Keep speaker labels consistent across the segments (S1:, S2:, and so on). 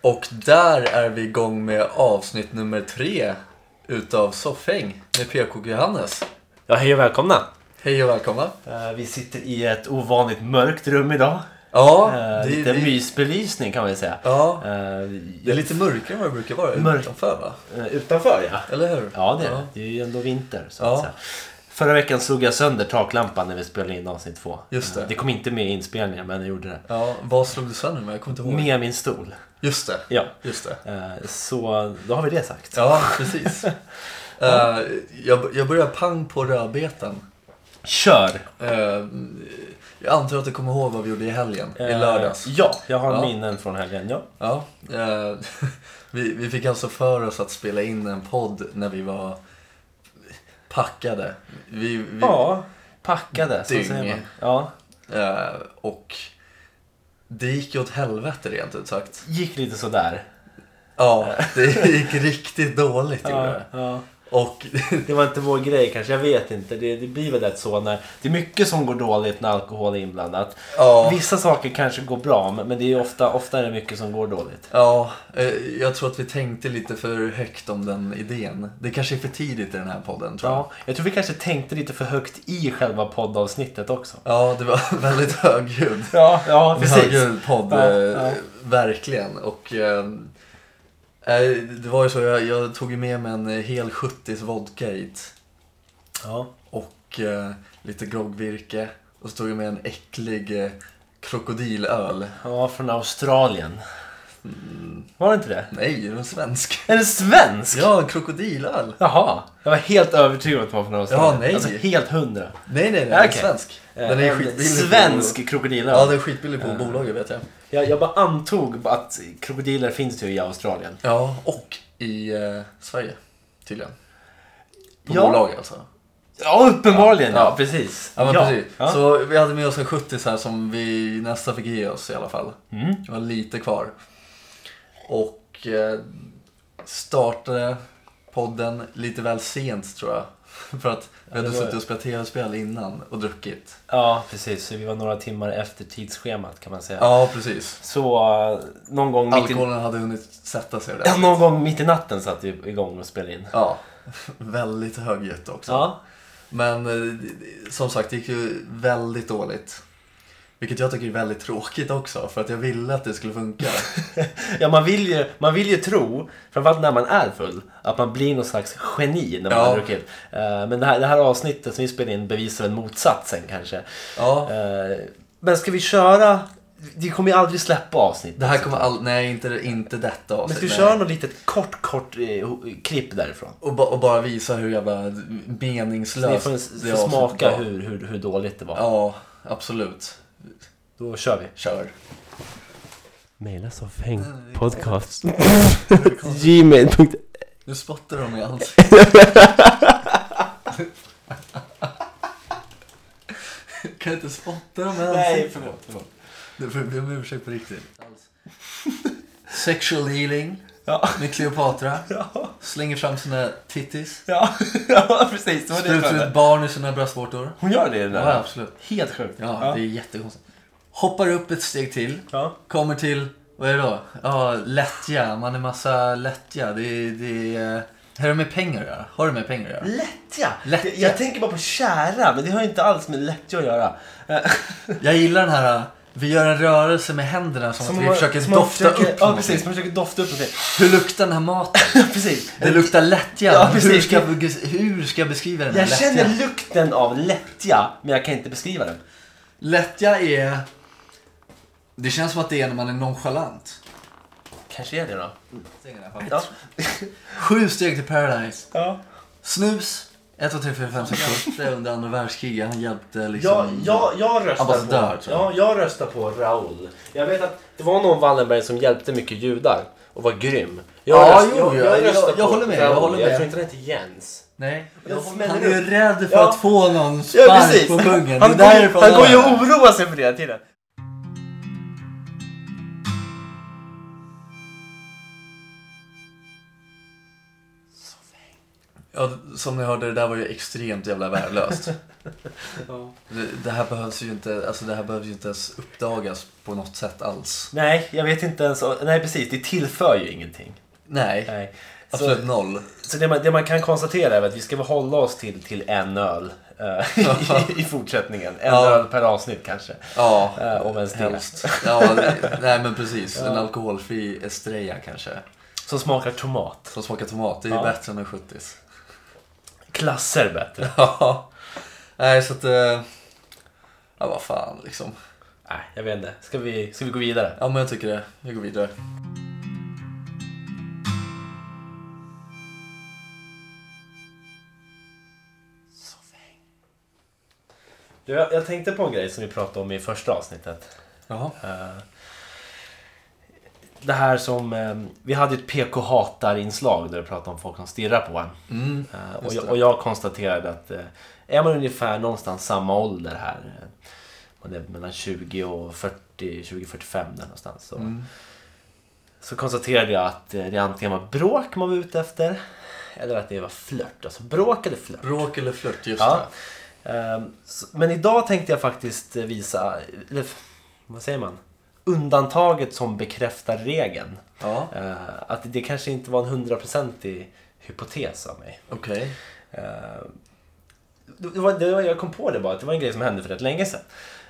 S1: Och där är vi igång med avsnitt nummer tre utav Soffhäng med PK och Johannes.
S2: Ja, hej och välkomna!
S1: Hej och välkomna!
S2: Eh, Vi sitter i ett ovanligt mörkt rum idag.
S1: Ja,
S2: Eh,
S1: det,
S2: Lite
S1: vi-
S2: mysbelysning kan vi säga.
S1: ja,
S2: Eh,
S1: det är lite mörkare än vad det brukar vara
S2: Mörk.
S1: utanför va?
S2: eh, Utanför ja.
S1: Eller hur?
S2: Ja, det är det. Det är ju ändå vinter så att
S1: Ja.
S2: säga. Förra veckan slog jag sönder taklampan när vi spelade in avsnitt två.
S1: Just det.
S2: Eh, Det kom inte med i inspelningen, men jag gjorde det.
S1: Ja, vad slog du sönder med? Jag kommer inte ihåg.
S2: Med min stol.
S1: Just det,
S2: Ja.
S1: just det.
S2: Eh, Så då har vi det sagt.
S1: Ja, precis. Eh, jag, jag börjar pang på rödbetan.
S2: Kör!
S1: Eh, jag antar att du kommer ihåg vad vi gjorde i helgen, i lördags.
S2: Eh, Ja, jag har
S1: Ja.
S2: minnen från helgen. Ja.
S1: Ja, eh, vi, vi fick alltså för oss att spela in en podd när vi var packade. Vi, vi,
S2: ja, packade. Så
S1: Dyng.
S2: säger man. Ja.
S1: eh, och det gick ju åt helvete rent ut sagt.
S2: Gick lite sådär.
S1: Ja, det gick riktigt dåligt gjorde
S2: Ja,
S1: det.
S2: ja.
S1: Och
S2: Det var inte vår grej kanske, jag vet inte. Det, det blir väl lätt så när... Det är mycket som går dåligt när alkohol är inblandat.
S1: ja,
S2: Vissa saker kanske går bra, men men det är ju ofta, ofta är det mycket som går dåligt.
S1: ja, eh, jag tror att vi tänkte lite för högt om den idén. Det kanske är för tidigt i den här podden tror jag.
S2: Ja, jag tror vi kanske tänkte lite för högt i själva poddavsnittet också.
S1: Ja, det var väldigt högljudd.
S2: Ja, ja
S1: högljudd podd,
S2: Ja,
S1: eh,
S2: ja.
S1: verkligen. Och eh, eh, det var ju så, jag, jag tog ju med mig en eh, hel 70s vodka hit
S2: Ja.
S1: och eh, lite groggvirke och så tog jag med en äcklig eh, krokodilöl.
S2: ja, från Australien. Mm. Var det inte det?
S1: Nej, det är en svensk.
S2: Är det svensk?
S1: Ja, en krokodilöl.
S2: Jaha, jag var helt övertygad om att det var från Australien.
S1: Ja, nej.
S2: Alltså helt hundra.
S1: Nej, nej, nej, den är
S2: Okej.
S1: svensk.
S2: Eh,
S1: Den är
S2: en
S1: skitbillig. på-
S2: Svensk Eh. krokodilöl.
S1: Ja, den är skitbillig på bolaget vet jag.
S2: Jag, jag bara antog att krokodiler finns ju i Australien.
S1: Ja, och i eh, Sverige tydligen. På
S2: Ja.
S1: bolag alltså.
S2: Ja, uppenbarligen.
S1: Ja.
S2: Ja, precis.
S1: Ja, men precis.
S2: Ja.
S1: Så vi hade med oss en 70 så här som vi nästa fick ge oss i alla fall.
S2: Mm.
S1: Det var lite kvar. Och eh, startade podden lite väl sent tror jag. För att vi hade
S2: det var-
S1: suttit och spelat tv-spel innan och druckit.
S2: Ja, precis. Så vi var några timmar efter tidsschemat kan man säga.
S1: Ja, precis.
S2: Så eh, någon gång, mitt i,
S1: Alkoholen hade hunnit sätta sig
S2: Ja,
S1: där.
S2: någon gång mitt i natten satt vi igång och spelade in.
S1: Ja, väldigt högljutt också.
S2: Ja,
S1: Men eh, som sagt, det gick ju väldigt dåligt. Vilket jag tycker är väldigt tråkigt också, för att jag ville att det skulle funka.
S2: ja man, vill ju, man vill ju tro, framförallt när man är full, att man blir någon slags geni när man
S1: Ja.
S2: har druckit. Eh, Men det här, det här avsnittet som vi spelade in bevisar väl motsatsen kanske.
S1: Ja,
S2: Eh, Men ska vi köra? Vi kommer ju aldrig släppa avsnitt.
S1: Det här kommer all... Nej, inte, inte detta avsnitt.
S2: Men ska vi
S1: nej.
S2: köra något litet kort, kort eh, klipp därifrån?
S1: och, ba- och bara visa hur jävla
S2: Så ni
S1: meningslöst
S2: får,
S1: det
S2: får
S1: avsnittet
S2: smaka
S1: var.
S2: hur, hur, hur dåligt det var.
S1: Ja, absolut.
S2: Då kör vi.
S1: Kör.
S2: Maila soffhängpodcast. Gmail.
S1: Nu spottar de i ansiktet. kan jag inte spotta dem i
S2: Nej,
S1: ansiktet?
S2: förlåt. förlåt.
S1: Du får be om ursäkt på riktigt. Sexual healing
S2: Ja.
S1: med Cleopatra.
S2: Ja.
S1: Slänger fram sina tittis.
S2: Ja, ja, precis. Det var det jag
S1: Sprutar
S2: trodde.
S1: ut barn ur sina bröstvårtor.
S2: Hon gör det i den
S1: Ja,
S2: där?
S1: absolut.
S2: Helt sjukt.
S1: Ja, det är jättekonstigt. Hoppar upp ett steg till.
S2: Ja.
S1: Kommer till, vad är det då? Ja, lättja. Man är massa lättja. Det är... Det är eh, har du med pengar att göra? Har du med pengar att göra?
S2: Lättja.
S1: Lättja.
S2: Det- Jag tänker bara på kära, men det har ju inte alls med lättja att göra. Eh,
S1: Jag gillar den här, eh, vi gör en rörelse med händerna som, att vi
S2: man-
S1: försöker
S2: som man
S1: dofta
S2: försöker-
S1: upp
S2: Ja,
S1: någonting.
S2: precis. Man försöker dofta upp någonting.
S1: Hur luktar den här maten?
S2: Ja, precis.
S1: Det luktar lättja.
S2: Ja, precis.
S1: hur, ska, jag- hur ska jag beskriva den här
S2: Jag
S1: lättja?
S2: känner lukten av lättja, men jag kan inte beskriva den.
S1: Lättja är... Det känns som att det är när man är nonchalant.
S2: Kanske är det då.
S1: Ja. Sju steg till paradise.
S2: Ja.
S1: Snus. 1, 2, 3, 4, 5, 6, 7. Under andra världskriget. Han hjälpte
S2: Jag,
S1: liksom...
S2: jag, jag, röstar
S1: Ambassadör,
S2: på,
S1: tror jag.
S2: ja, jag röstar på Raoul. Jag vet att det var någon Wallenberg som hjälpte mycket judar och var grym. Jag
S1: Ja,
S2: röst-
S1: jo, jag- jag- jag håller med, jag
S2: Raoul.
S1: håller med.
S2: Jag tror inte den heter Jens.
S1: Nej.
S2: Jag
S1: han
S2: smäller
S1: är ju
S2: upp.
S1: rädd för
S2: Ja.
S1: att få någon spark på pungen.
S2: Han,
S1: det är därför
S2: går, han går ju
S1: gör
S2: och
S1: det.
S2: oroar sig för det hela tiden.
S1: Ja, som ni hörde, det där var ju extremt jävla värdelöst. Det- Det här behövs ju inte, alltså det här behövs ju inte ens uppdagas på något sätt alls.
S2: Nej, jag vet inte ens. Nej, precis. Det tillför ju ingenting.
S1: Nej,
S2: Nej. Så,
S1: absolut noll.
S2: så det, man, det man kan konstatera är att vi ska väl hålla oss till, till en öl eh, i, i fortsättningen. En
S1: Ja.
S2: öl per avsnitt kanske.
S1: Ja,
S2: Eh, om ens det.
S1: helst. Ja, det- nej men precis. En alkoholfri Estrella kanske.
S2: Som smakar tomat.
S1: Som smakar tomat. Det är ju
S2: Ja.
S1: bättre än en 70s.
S2: Klasser bättre.
S1: Ja. Nej, så att... eh, Ja, vad fan liksom.
S2: Nej, jag vet inte. Ska vi, ska vi gå vidare?
S1: Ja, men jag tycker det. Vi går vidare.
S2: Du, jag, jag tänkte på en grej som vi pratade om i första avsnittet.
S1: Jaha.
S2: Eh, Det här som... eh, Vi hade ju ett PK-hatar-inslag där vi pratade om folk som stirrar på en.
S1: Mm.
S2: Eh, Och
S1: Just
S2: jag,
S1: det.
S2: och jag konstaterade att eh, är man ungefär någonstans samma ålder här, eh, man är mellan 20 och 40, 20-45 där någonstans. Så,
S1: Mm.
S2: så konstaterade jag att eh, det antingen var bråk man var ute efter, eller att det var flört. Alltså bråk eller flört.
S1: Bråk eller flört, just
S2: Ja. Ehm, så- Men idag tänkte jag faktiskt eh, visa, eller f- vad säger man? Undantaget som bekräftar regeln.
S1: det. Ja,
S2: Eh, Att det kanske inte var en hundraprocentig hypotes av mig.
S1: okej.
S2: Eh, Det var, det var, jag kom på det bara, att det var en grej som hände för rätt länge sedan.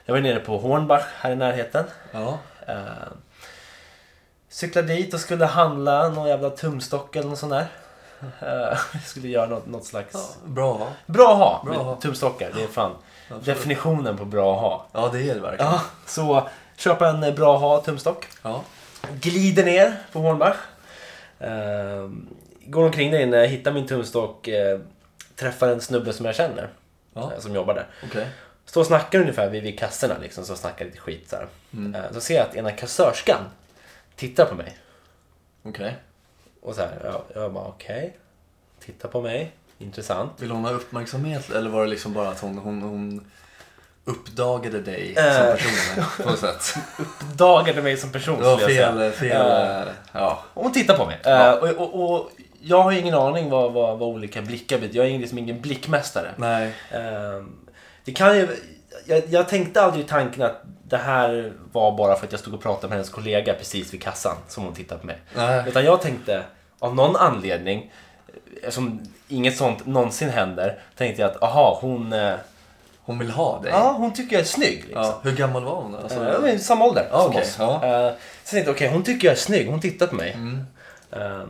S2: Jag var nere på Hornbach här i närheten.
S1: Ja.
S2: Eh, cyklade dit och skulle handla någon jävla tumstock eller något sånt där. Eh, jag skulle göra något, något slags...
S1: ja. Bra.
S2: Bra att ha!
S1: Bra att ha.
S2: Tumstockar, det är fan
S1: Absolut.
S2: definitionen på bra att ha.
S1: Ja, det är det verkligen.
S2: Ja, så köpa en eh, bra att ha tumstock.
S1: Ja.
S2: Glider ner på Hornbach. Eh, går omkring där inne, hittar min tumstock. Eh, träffar en snubbe som jag känner.
S1: Ja.
S2: Eh, som jobbar där.
S1: Okej.
S2: Står och snackar ungefär vid, vid kassorna liksom, så snackar lite skit så här.
S1: Mm.
S2: Eh, så ser jag att ena kassörskan tittar på mig.
S1: Okej.
S2: Och så här, jag, jag bara okej. Tittar på mig, intressant.
S1: Vill hon ha uppmärksamhet eller var det liksom bara att hon, hon, hon uppdagade dig som
S2: Eh.
S1: person på något sätt?
S2: Dagade mig som person
S1: Det var
S2: skulle jag säga.
S1: fel, fel,
S2: Ja.
S1: eh, ja.
S2: Hon tittar på mig.
S1: Ja.
S2: Eh, och, och, och jag har ingen aning vad, vad, vad olika blickar betyder. Jag är liksom ingen blickmästare.
S1: Nej,
S2: Ehm, det kan ju, jag, jag tänkte aldrig tanken att det här var bara för att jag stod och pratade med hennes kollega precis vid kassan som hon tittade på mig.
S1: nej.
S2: Utan jag tänkte, av någon anledning, eftersom inget sånt någonsin händer, tänkte jag att aha, hon, eh,
S1: Hon vill ha dig.
S2: ja, hon tycker jag är snygg. Liksom.
S1: Ja. Hur gammal var hon? Alltså,
S2: Eh, men samma ålder
S1: Ja,
S2: som
S1: okej,
S2: oss.
S1: ja. Mm.
S2: Eh, sen tänkte jag, okej hon tycker jag är snygg, hon tittar på mig. Eh,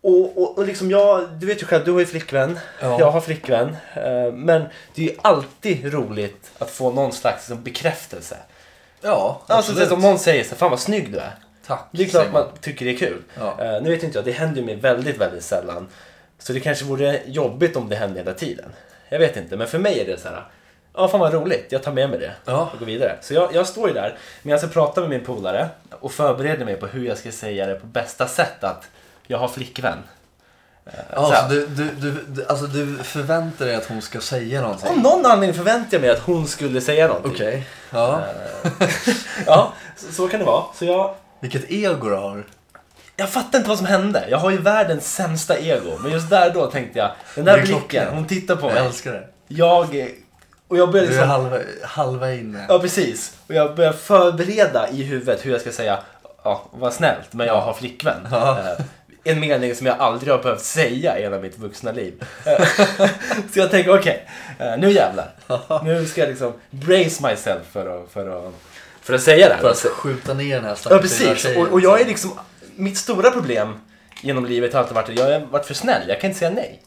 S2: och, och, och liksom jag, du vet ju själv, du har ju flickvän,
S1: Ja.
S2: jag har flickvän. eh, men det är ju alltid roligt att få någon slags liksom, bekräftelse.
S1: Ja,
S2: Alltså
S1: absolut.
S2: så om någon säger så här, fan vad snygg du är.
S1: Tack.
S2: Det är klart
S1: säger
S2: man tycker det är kul.
S1: Ja.
S2: Eh, nu vet inte jag, det händer ju mig väldigt, väldigt sällan. Så det kanske vore jobbigt om det hände hela tiden. Jag vet inte, men för mig är det så här. Ja, fan vad roligt. Jag tar med mig det
S1: Ja.
S2: och går vidare. Så jag, jag står ju där men jag ska prata med min polare och förbereder mig på hur jag ska säga det på bästa sätt att jag har flickvän.
S1: Ja,
S2: Så
S1: så
S2: här.
S1: du, du, du, du- alltså, du förväntar dig att hon ska säga någonting?
S2: Av någon anledning förväntar jag mig att hon skulle säga någonting.
S1: Okej. Ja.
S2: Eh. Ja, så, så kan det vara. Så jag,
S1: Vilket ego du har.
S2: jag fattar inte vad som hände. Jag har ju världens sämsta ego. Men just där då tänkte jag, den där
S1: Det är
S2: blicken,
S1: klockrent.
S2: hon tittar på
S1: Jag
S2: mig.
S1: älskar det.
S2: Jag, eh, och jag började
S1: Du är
S2: liksom,
S1: halva, halva inne.
S2: ja precis. Och jag började förbereda i huvudet hur jag ska säga, ja vad snällt, men jag har flickvän.
S1: Ja.
S2: Eh, En mening som jag aldrig har behövt säga i hela mitt vuxna liv. Eh, Så jag tänker, okej, eh, nu jävlar. Nu ska jag liksom brace myself för att, för att, för att säga det här.
S1: För att skjuta ner den här
S2: alltså- Ja
S1: stackars lilla
S2: precis,
S1: tjejen.
S2: och, och jag är liksom, mitt stora problem genom livet har alltid varit att jag har varit för snäll, jag kan inte säga nej.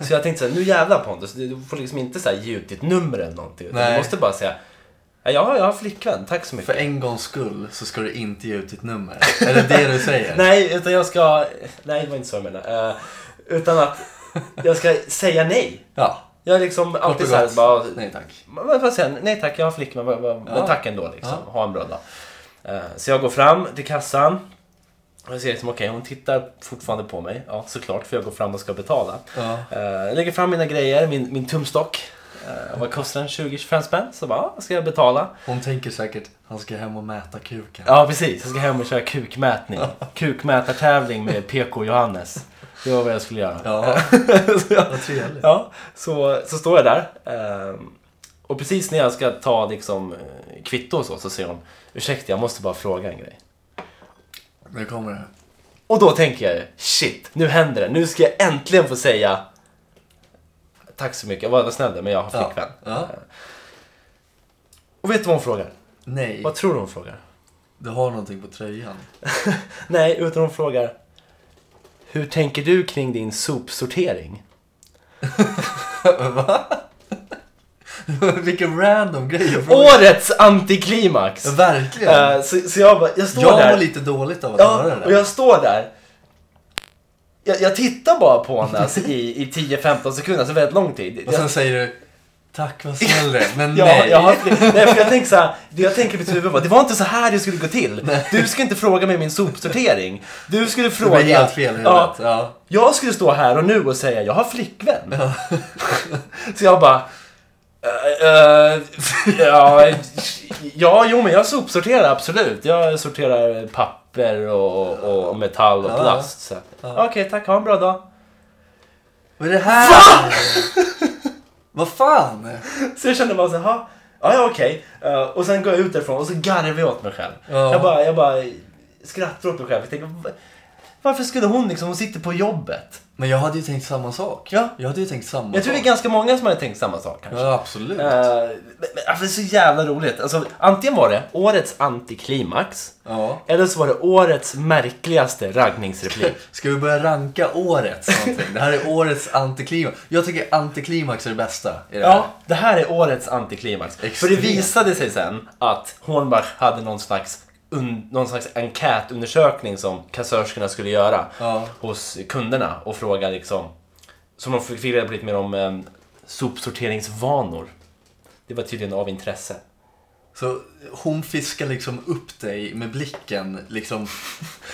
S2: så jag tänkte såhär, nu jävlar Pontus, du du får liksom inte så här ge ut ditt nummer eller någonting. Utan du
S1: Nej.
S2: måste bara säga, ja jag har, jag har flickvän, tack så
S1: För
S2: mycket.
S1: en gångs skull så ska du inte ge ut ditt nummer. Är det det du säger?
S2: Nej, utan jag ska, nej det var inte så jag menade. Eh, utan att jag ska säga nej.
S1: Ja.
S2: Jag är liksom
S1: Kort och
S2: alltid såhär,
S1: gott.
S2: bara,
S1: Nej tack.
S2: Man man får säga nej tack, jag har flickvän, vad- vad- men
S1: Ja.
S2: tack ändå liksom. Ha en bra dag. Eh, Så jag går fram till kassan. Och jag ser liksom, okej hon tittar fortfarande på mig. Ja, såklart, för jag går fram och ska betala.
S1: Ja.
S2: Eh, Jag lägger fram mina grejer, min, min tumstock. Eh, Vad kostar den? 20-25 spänn? Så bara, ja, ska jag betala?
S1: Hon tänker säkert, han ska hem och mäta kuken.
S2: Ja, precis. Jag ska hem och köra kukmätning. Kukmätartävling med PK Johannes. Det var vad jag skulle göra.
S1: Ja,
S2: så, jag,
S1: vad trevligt.
S2: ja, så, så står jag där. ehm, Och precis när jag ska ta liksom, eh, kvitto och så, så säger hon Ursäkta, jag måste bara fråga en grej.
S1: Nu kommer det.
S2: Och då tänker jag ju, shit, nu händer det. Nu ska jag äntligen få säga Tack så mycket, vad snäll du är, men jag har
S1: Ja.
S2: flickvän. Eh.
S1: Ja.
S2: Och vet du vad hon frågar?
S1: Nej,
S2: Vad tror du hon frågar?
S1: du har någonting på tröjan.
S2: Nej, utan hon frågar Hur tänker du kring din sopsortering?
S1: Vilken random grej att fråga.
S2: Årets antiklimax!
S1: Verkligen.
S2: Eh, så, så jag bara, jag står
S1: jag
S2: där.
S1: mår lite dåligt av att höra
S2: ja,
S1: det
S2: och jag står där. Jag, jag tittar bara på henne alltså, i, i 10-15 sekunder, alltså väldigt lång tid.
S1: Och
S2: Jag,
S1: sen säger du Tack vad snäll du är, men
S2: jag,
S1: nej.
S2: jag, har, nej för jag tänker så här, det jag tänker i mitt huvud var, det var inte så här det skulle gå till. Du ska inte fråga mig min sopsortering. Du skulle
S1: det
S2: fråga...
S1: var helt fel i huvudet.
S2: ja,
S1: Ja. Ja.
S2: Jag skulle stå här och nu och säga jag har flickvän. så jag bara... eh, eh, ja, ja, jo men jag sopsorterar absolut. Jag sorterar papper och, och, och metall och
S1: Ja.
S2: plast. Så. Okej, tack. Ha en bra dag.
S1: Vad är det här? vad fan?
S2: Så jag kände bara så här, "Ha, ja, ja okej. Eh, och sen går jag ut därifrån och så garvar jag åt mig själv.
S1: Ja.
S2: Jag, bara, jag bara skrattar åt mig själv. Jag tänker, "Va- varför skulle hon liksom, hon sitter på jobbet.
S1: Men jag hade ju tänkt samma sak.
S2: Ja.
S1: Jag hade ju tänkt samma
S2: Jag tror det är
S1: sak.
S2: ganska många som hade tänkt samma sak kanske.
S1: Ja, absolut.
S2: Eh, men, men, alltså, det är så jävla roligt. Alltså, antingen var det årets antiklimax.
S1: Ja.
S2: Eller så var det årets märkligaste raggningsreplik.
S1: Ska vi börja ranka årets någonting? Det här är årets antiklimax. Jag tycker antiklimax är det bästa i det här.
S2: ja, det här är årets antiklimax. För det
S1: Extremt.
S2: visade sig sen att Hornbach hade någon slags, un, någon slags enkätundersökning som kassörskorna skulle göra
S1: Ja.
S2: hos kunderna och fråga liksom, som de fick reda på lite mer om eh, sopsorteringsvanor. Det var tydligen av intresse.
S1: Så hon fiskar liksom upp dig med blicken liksom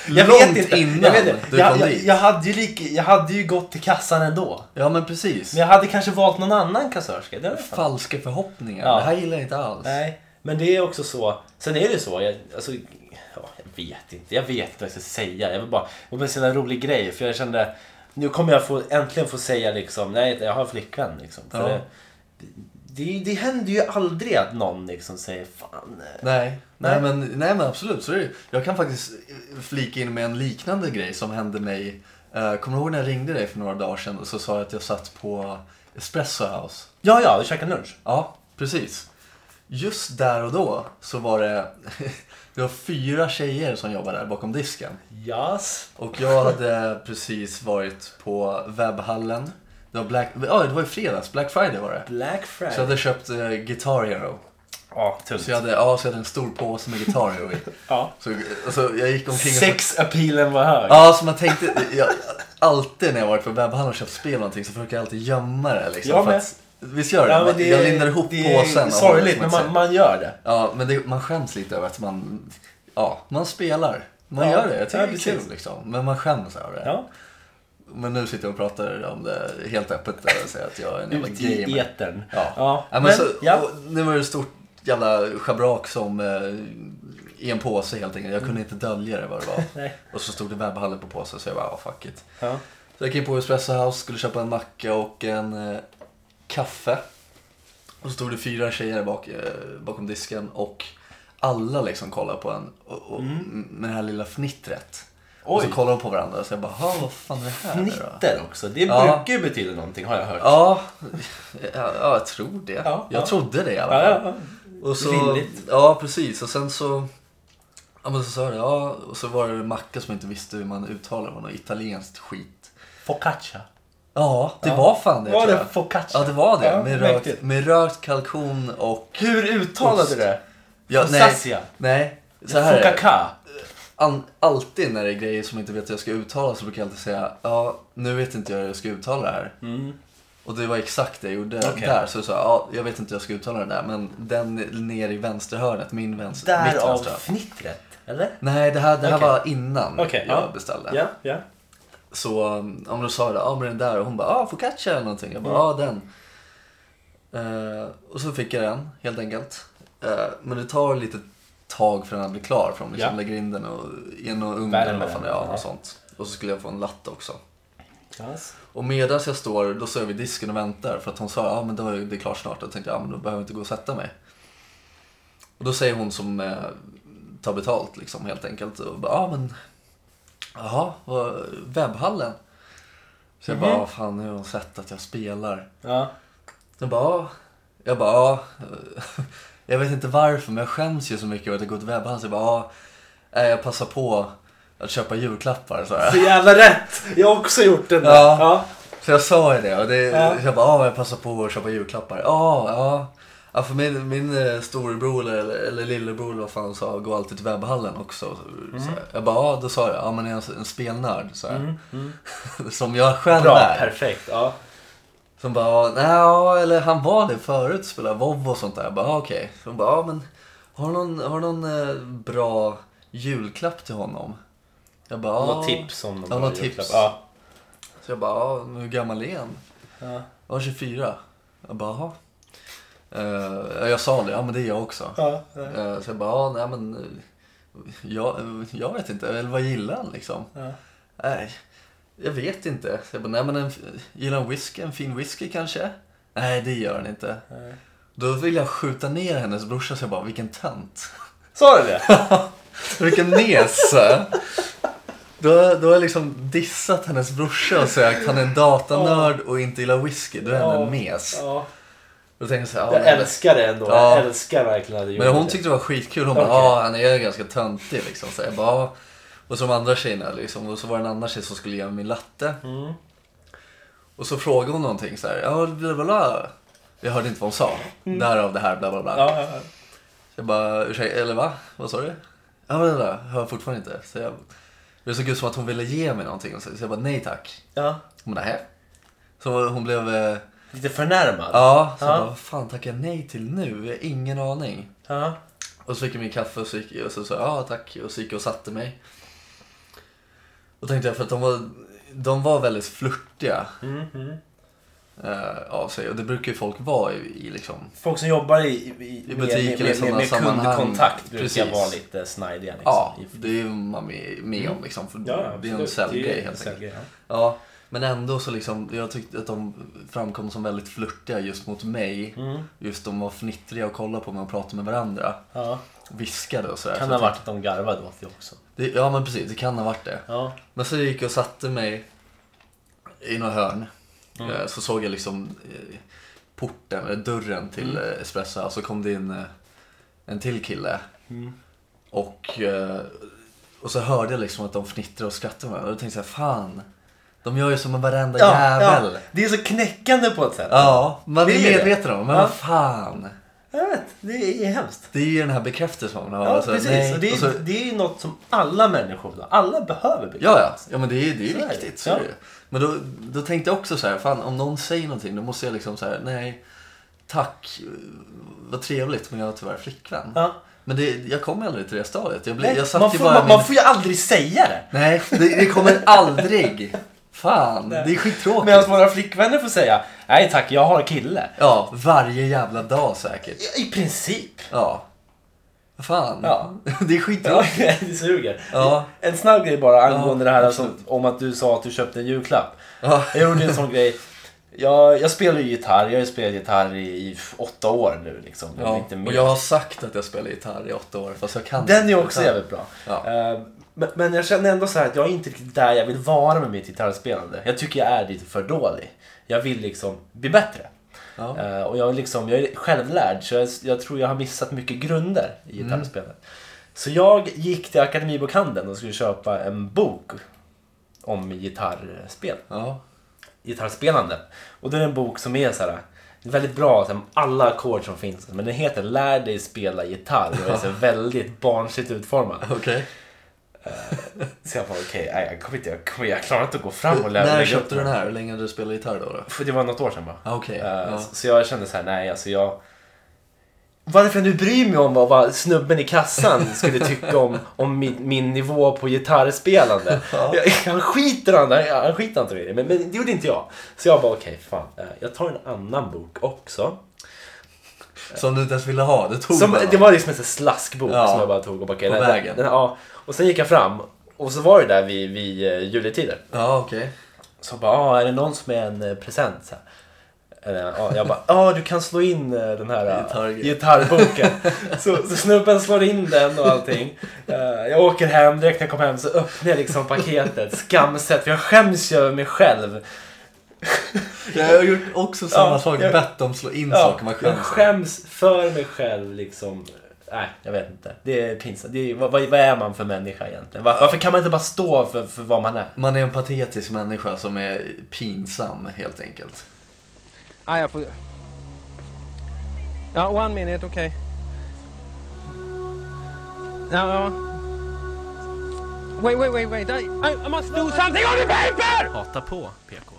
S2: Jag
S1: långt
S2: vet inte.
S1: innan
S2: jag, vet inte.
S1: du
S2: Jag,
S1: kom
S2: jag,
S1: dit.
S2: jag, hade ju lik, jag hade ju gått till kassan ändå.
S1: Ja, men precis.
S2: Men jag hade kanske valt någon annan kassörska. Det är fan.
S1: Falska förhoppningar.
S2: Ja.
S1: Det här gillar jag inte alls.
S2: Nej, men det är också så. Sen är det så. Jag, alltså, ja, jag vet inte. Jag vet inte vad jag ska säga. Jag vill bara... Det var en sån här rolig grej. För jag kände... Nu kommer jag få, äntligen få säga liksom... Nej, jag har en flickvän liksom. För
S1: Ja.
S2: det, det, det händer ju aldrig att någon liksom säger fan... eh,
S1: Nej, nej,
S2: Nej.
S1: men, nej men absolut. Så är det. ju. Jag kan faktiskt eh, flika in med en liknande grej som hände mig. Eh, Kommer du ihåg när jag ringde dig för några dagar sedan och så sa jag att jag satt på Espresso House?
S2: Ja, ja, vi käkar lunch.
S1: Ja, precis. Just där och då så var det, det var fyra tjejer som jobbade där bakom disken.
S2: Yes.
S1: Och jag hade precis varit på webbhallen. Det var, Black, ja, det var i fredags, Black Friday var det.
S2: Black
S1: Så jag
S2: Friday.
S1: hade köpt eh, Guitar Hero.
S2: Ja, tungt.
S1: Så jag hade, ja, så jag hade en stor påse med Guitar Hero i.
S2: Ja.
S1: Så, alltså, jag gick omkring och så-
S2: Sexappealen var hög.
S1: Ja, så man tänkte, jag, alltid när jag varit på webbhallen och köpt spel eller någonting så försöker jag alltid gömma det. Liksom,
S2: Jag
S1: för
S2: med.
S1: att, visst gör det?
S2: Ja, men
S1: Man- jag lindar ihop
S2: det är
S1: påsen. och håller det
S2: sorgligt,
S1: som
S2: men
S1: ett
S2: man,
S1: sätt.
S2: man gör det.
S1: Ja, men det, man skäms lite över att man, ja, man spelar. Man
S2: Ja,
S1: gör det, jag tycker
S2: ja,
S1: det är
S2: precis.
S1: kul liksom. Men man skäms över det.
S2: Ja.
S1: Men nu sitter jag och pratar om det helt öppet där och säger att jag är en jävla
S2: Ut i
S1: gamer.
S2: etern.
S1: Ja.
S2: Ja.
S1: men
S2: Men,
S1: så,
S2: ja.
S1: och Nu var det ett stort jävla schabrak som eh, i en påse helt enkelt. Jag kunde inte dölja det vad det var.
S2: Mm. Nej.
S1: Och så stod det webbhallen på påsen så jag bara, oh, fuck it.
S2: Ja.
S1: Så jag gick in på Espresso House, skulle köpa en macka och en eh, kaffe. Och så stod det fyra tjejer bak, eh, bakom disken och alla liksom kollade på en och, och, med det här lilla fnittret. Och så
S2: Mm. Oj.
S1: kollade de på varandra och så jag bara, "Ha, vad fan är det här nu då?
S2: Fnitter också. Det
S1: Ja.
S2: brukar ju betyda någonting har jag hört.
S1: Ja, ja, ja, jag tror det.
S2: Ja,
S1: jag
S2: ja.
S1: trodde det i alla
S2: Ja,
S1: fall.
S2: ja, ja.
S1: Och så,
S2: Rimligt.
S1: Ja, precis. Och sen så... Ja, men så sa jag det. Ja, och så var det Macka som inte visste hur man uttalar det. var något italienskt skit.
S2: Focaccia.
S1: Ja, det var fan det
S2: Var
S1: tror
S2: det
S1: jag.
S2: focaccia?
S1: Ja, det var det.
S2: Ja,
S1: med, rökt,
S2: mäktigt.
S1: med rökt kalkon och...
S2: Hur uttalade
S1: Ost.
S2: du det?
S1: Ja,
S2: Focaccia.
S1: nej, så här är det.
S2: Focaccia.
S1: An, alltid när det är grejer som jag inte vet hur jag ska uttala så brukar jag alltid säga ja, nu vet inte jag hur jag ska uttala det här. Och det var exakt det jag gjorde
S2: Mm. Okej.
S1: där. Så jag sa, ja, jag vet inte hur jag ska uttala det där, men den ner i vänsterhörnet, min vänster, mitt
S2: Därav
S1: vänstra.
S2: fnittret. Eller?
S1: Nej, det här, det här
S2: Okej.
S1: var innan
S2: Okej,
S1: jag
S2: ja.
S1: beställde.
S2: Ja, ja.
S1: Så eh, om du sa det, ja men den där, och hon bara, ja focaccia eller någonting. Jag bara, ja den. Eh, och så fick jag den helt enkelt. Eh, men det tar lite tag för den att bli klar för de liksom
S2: Ja.
S1: lägger in den och, i en och ugn
S2: Värmer
S1: eller vad fan det är,
S2: den,
S1: ja,
S2: ja.
S1: och sånt. Och så skulle jag få en latte också.
S2: Yes.
S1: Och medan jag står, då står jag vid disken och väntar för att hon sa ja ah, men då är det klart snart. Jag tänkte ja ah, men då behöver jag inte gå och sätta mig. Och då säger hon som eh, tar betalt liksom helt enkelt. Och bara, ah, men jaha, vad, webbhallen. Så jag bara,
S2: Mhm.
S1: ah, fan nu har hon sett att jag spelar.
S2: Ja.
S1: Hon bara, ah. Jag bara, ah. Jag vet inte varför men jag skäms ju så mycket över att jag går till webbhallen. Så jag bara, ah, nej, jag passar på att köpa julklappar. Så här.
S2: Så jävla rätt! Jag har också gjort den där.
S1: Ja. Så jag sa ju det och det,
S2: Ja.
S1: jag bara, ah, jag passar på att köpa julklappar. Ja, ja. Ja, för min, min eh, storebror eller, eller lillebror eller vad fan han sa, går alltid till webbhallen också. Så,
S2: Mm.
S1: så här. jag bara, ja, då sa jag, ja men jag är en- en spelnörd. Så här. Som jag själv
S2: mm. Bra,
S1: är.
S2: perfekt. Ja.
S1: Som bara, "Ja, nej, ja, eller han var det förut, spelade WoW och sånt där. Jag bara, ah, okej. Så hon bara, ja men har du någon, har du någon eh, bra julklapp till honom? Jag bara, ja.
S2: Något tips om någon
S1: Ja,
S2: bra
S1: något tips.
S2: julklapp. Ja.
S1: Så jag bara, ja, men hur gammal är han?
S2: Ja.
S1: Jag var 24. Jag bara, jaha. Eh, jag sa det, ja men det är jag också.
S2: Ja. ja.
S1: Eh, så jag bara, ja nej men. eh, Jag, jag vet inte, eller vad gillar han liksom?
S2: Ja.
S1: Nej, jag vet inte. Så jag bara, nej men en, gillar han whisky? En fin whisky kanske? Nej, det gör han inte.
S2: Nej.
S1: Då vill jag skjuta ner hennes brorsa så jag bara, vilken tönt.
S2: Sa du det?
S1: Vilken nes! Då, då har jag liksom dissat hennes brorsa och sagt han är en datanörd och inte gillar whisky. Då är han en mes.
S2: Ja.
S1: Då tänker jag så här, ja,
S2: Jag
S1: men-
S2: älskar det ändå.
S1: Ja.
S2: Jag älskar verkligen att du
S1: Men
S2: gjorde
S1: hon
S2: det.
S1: tyckte det var skitkul. Hon bara,
S2: Okej.
S1: ah, han är ju ganska töntig liksom. Så jag bara, ah. Och så de andra tjejerna liksom. Och så var det en annan tjej som skulle ge mig min latte.
S2: Mm.
S1: Och så frågade hon någonting så här, ja bla bla bla. Jag hörde inte vad hon sa. Därav det här bla bla bla.
S2: Mm. Ja, ja,
S1: Så
S2: ja.
S1: jag bara, ursäkta, eller va? Vad sa du? Ja bla bla, bla. hör fortfarande inte. Så jag, det såg ut som att hon ville ge mig någonting. Så så jag bara, nej tack.
S2: ja.
S1: Hon bara, nähä. Så hon blev, eh,
S2: Lite förnärmad.
S1: ja. Så jag
S2: Ja.
S1: bara, vad fan tackar jag nej till nu? Jag har ingen aning.
S2: Ja.
S1: Och så fick jag min kaffe och så, gick, och så sa jag ja tack och så gick jag och satte mig. Och tänkte jag för att de var, de var väldigt flörtiga
S2: Mm, mm.
S1: eh, av sig och det brukar ju folk vara i, i liksom.
S2: Folk som jobbar i, i,
S1: I butiker eller
S2: med, med, med,
S1: sådana
S2: med
S1: sammanhang.
S2: kundkontakt brukar
S1: Precis.
S2: vara lite snajdiga. Liksom,
S1: Ja,
S2: i- Mm.
S1: det är ju man med, med om liksom. För
S2: ja,
S1: det är en
S2: absolut.
S1: säljgrej helt
S2: en
S1: enkelt.
S2: säljgrej, ja.
S1: Ja, men ändå så liksom, jag tyckte att de framkom som väldigt flörtiga just mot mig.
S2: Mm.
S1: Just de var fnittriga och kollade på mig och pratade med varandra.
S2: Ja.
S1: Viskade och sådär.
S2: Kan
S1: så
S2: ha
S1: jag
S2: varit att de garvade åt det också.
S1: tänkte- det, ja men precis, det kan ha varit det.
S2: Ja.
S1: Men så gick jag och satte mig i något hörn. Eh, Så såg jag liksom eh, porten, eller dörren till mm. Espresso House. Så kom det in eh, en till kille.
S2: Mm.
S1: Och, eh, och så hörde jag liksom att de fnittrade och skrattade med mig. Och då tänkte jag fan, de gör ju som en varenda jävel. Ja,
S2: Det är så knäckande på ett sätt.
S1: man
S2: Det
S1: är
S2: är det.
S1: medveten om det, men
S2: Ja.
S1: vad fan.
S2: Jag vet, det är hemskt.
S1: Det är ju den här bekräftelsen man har.
S2: Ja,
S1: Alltså,
S2: precis.
S1: nej.
S2: Och det, är,
S1: Och så-
S2: det är ju något som alla människor, då. alla behöver bli
S1: Ja, ja. ja men det är, det är
S2: Så
S1: ju
S2: är det.
S1: viktigt. Så
S2: Ja.
S1: är det. ju. Men då, då tänkte jag också så här, fan om någon säger någonting då måste jag liksom så här, nej, tack, eh, vad trevligt men jag har tyvärr flickvän.
S2: Ja.
S1: Men det, jag kom aldrig till det stadiet. Jag, blev,
S2: Nej,
S1: jag satt
S2: man,
S1: ju
S2: får,
S1: bara
S2: man,
S1: i min...
S2: man får ju aldrig säga det.
S1: Nej, det, det kommer aldrig. Fan, det är skittråkigt.
S2: Medan våra flickvänner får säga nej tack, jag har kille.
S1: Ja, varje jävla dag säkert.
S2: Ja, I princip.
S1: Ja. Fan,
S2: Ja.
S1: det är
S2: Ja,
S1: skittråkigt.
S2: det suger.
S1: Ja.
S2: En snabb grej bara angående
S1: Ja,
S2: det här alltså,
S1: absolut.
S2: om att du sa att du köpte en julklapp.
S1: Ja.
S2: Jag gjorde en sån grej. Jag, jag spelar ju gitarr, jag har ju spelat gitarr i, i åtta år nu liksom.
S1: Ja.
S2: Lite mer.
S1: Och jag har sagt att jag spelar gitarr i åtta år fast jag kan
S2: Den
S1: inte
S2: är också
S1: gitarr.
S2: jävligt bra.
S1: Ja.
S2: Eh, Men, men jag känner ändå så här att jag är inte riktigt där jag vill vara med mitt gitarrspelande. Jag tycker jag är lite för dålig. Jag vill liksom bli bättre.
S1: Ja.
S2: Eh, och jag, är liksom, jag är självlärd så jag, jag tror jag har missat mycket grunder
S1: Mm.
S2: i gitarrspelet. Så jag gick till Akademibokhandeln och skulle köpa en bok om gitarrspel
S1: Ja.
S2: gitarrspelande. Och det är en bok som är så här väldigt bra, så här, alla ackord som finns. Men den heter Lär dig spela gitarr och är så här väldigt barnsligt utformad.
S1: Okej.
S2: Så jag bara okej, nej, jag kommer inte, jag, kommer, jag klarar inte att gå fram och lära
S1: När
S2: lägga upp
S1: köpte du den här? Hur länge hade du spelat gitarr då? då?
S2: För det var något år sedan bara.
S1: Ah, Okej.
S2: Eh,
S1: ja.
S2: så- Så jag kände så här, nej alltså jag... Varför nu bryr mig om vad, vad snubben i kassan skulle tycka om, om min, min nivå på gitarrspelande? Jag, han skiter han, han skiter inte i det, men, men det gjorde inte jag. Så jag bara okej, fan. eh, Jag tar en annan bok också.
S1: Som du inte ens ville ha? Det tog
S2: eh. Som,
S1: bara.
S2: det var liksom en sån här slaskbok
S1: Ja.
S2: som jag bara tog och bara, okej,
S1: På
S2: den här-
S1: vägen.
S2: Den, här- ja. Och sen gick jag fram och så var det där vid, vid eh, juletider.
S1: Ja, okej.
S2: Så bara, ah, är det någon som är en eh, present? Så här. Eller, ja, jag bara, ja du kan slå in eh, den här eh,
S1: Gitarr-
S2: gitarrboken. så, så snubben slår in den och allting. Eh, Jag åker hem, direkt när jag kommer hem så öppnar jag liksom paketet. Skamset, för jag skäms ju över mig själv.
S1: Jag har gjort också samma
S2: Ja,
S1: sak.
S2: jag-
S1: Bett dem slå in
S2: Ja,
S1: saker man skäms
S2: jag
S1: över.
S2: skäms för mig själv liksom. Nej, jag vet inte. Det är pinsamt. Det är, vad, vad vad är man för människa egentligen? Var, varför kan man inte bara stå för, för vad man är?
S1: Man är en patetisk människa som är pinsam helt enkelt.
S3: Ah, jag får... Ja, one minute, okej. Ja, ja. Wait, wait, wait, wait. I, I must do something on the paper!
S2: Hata på PK.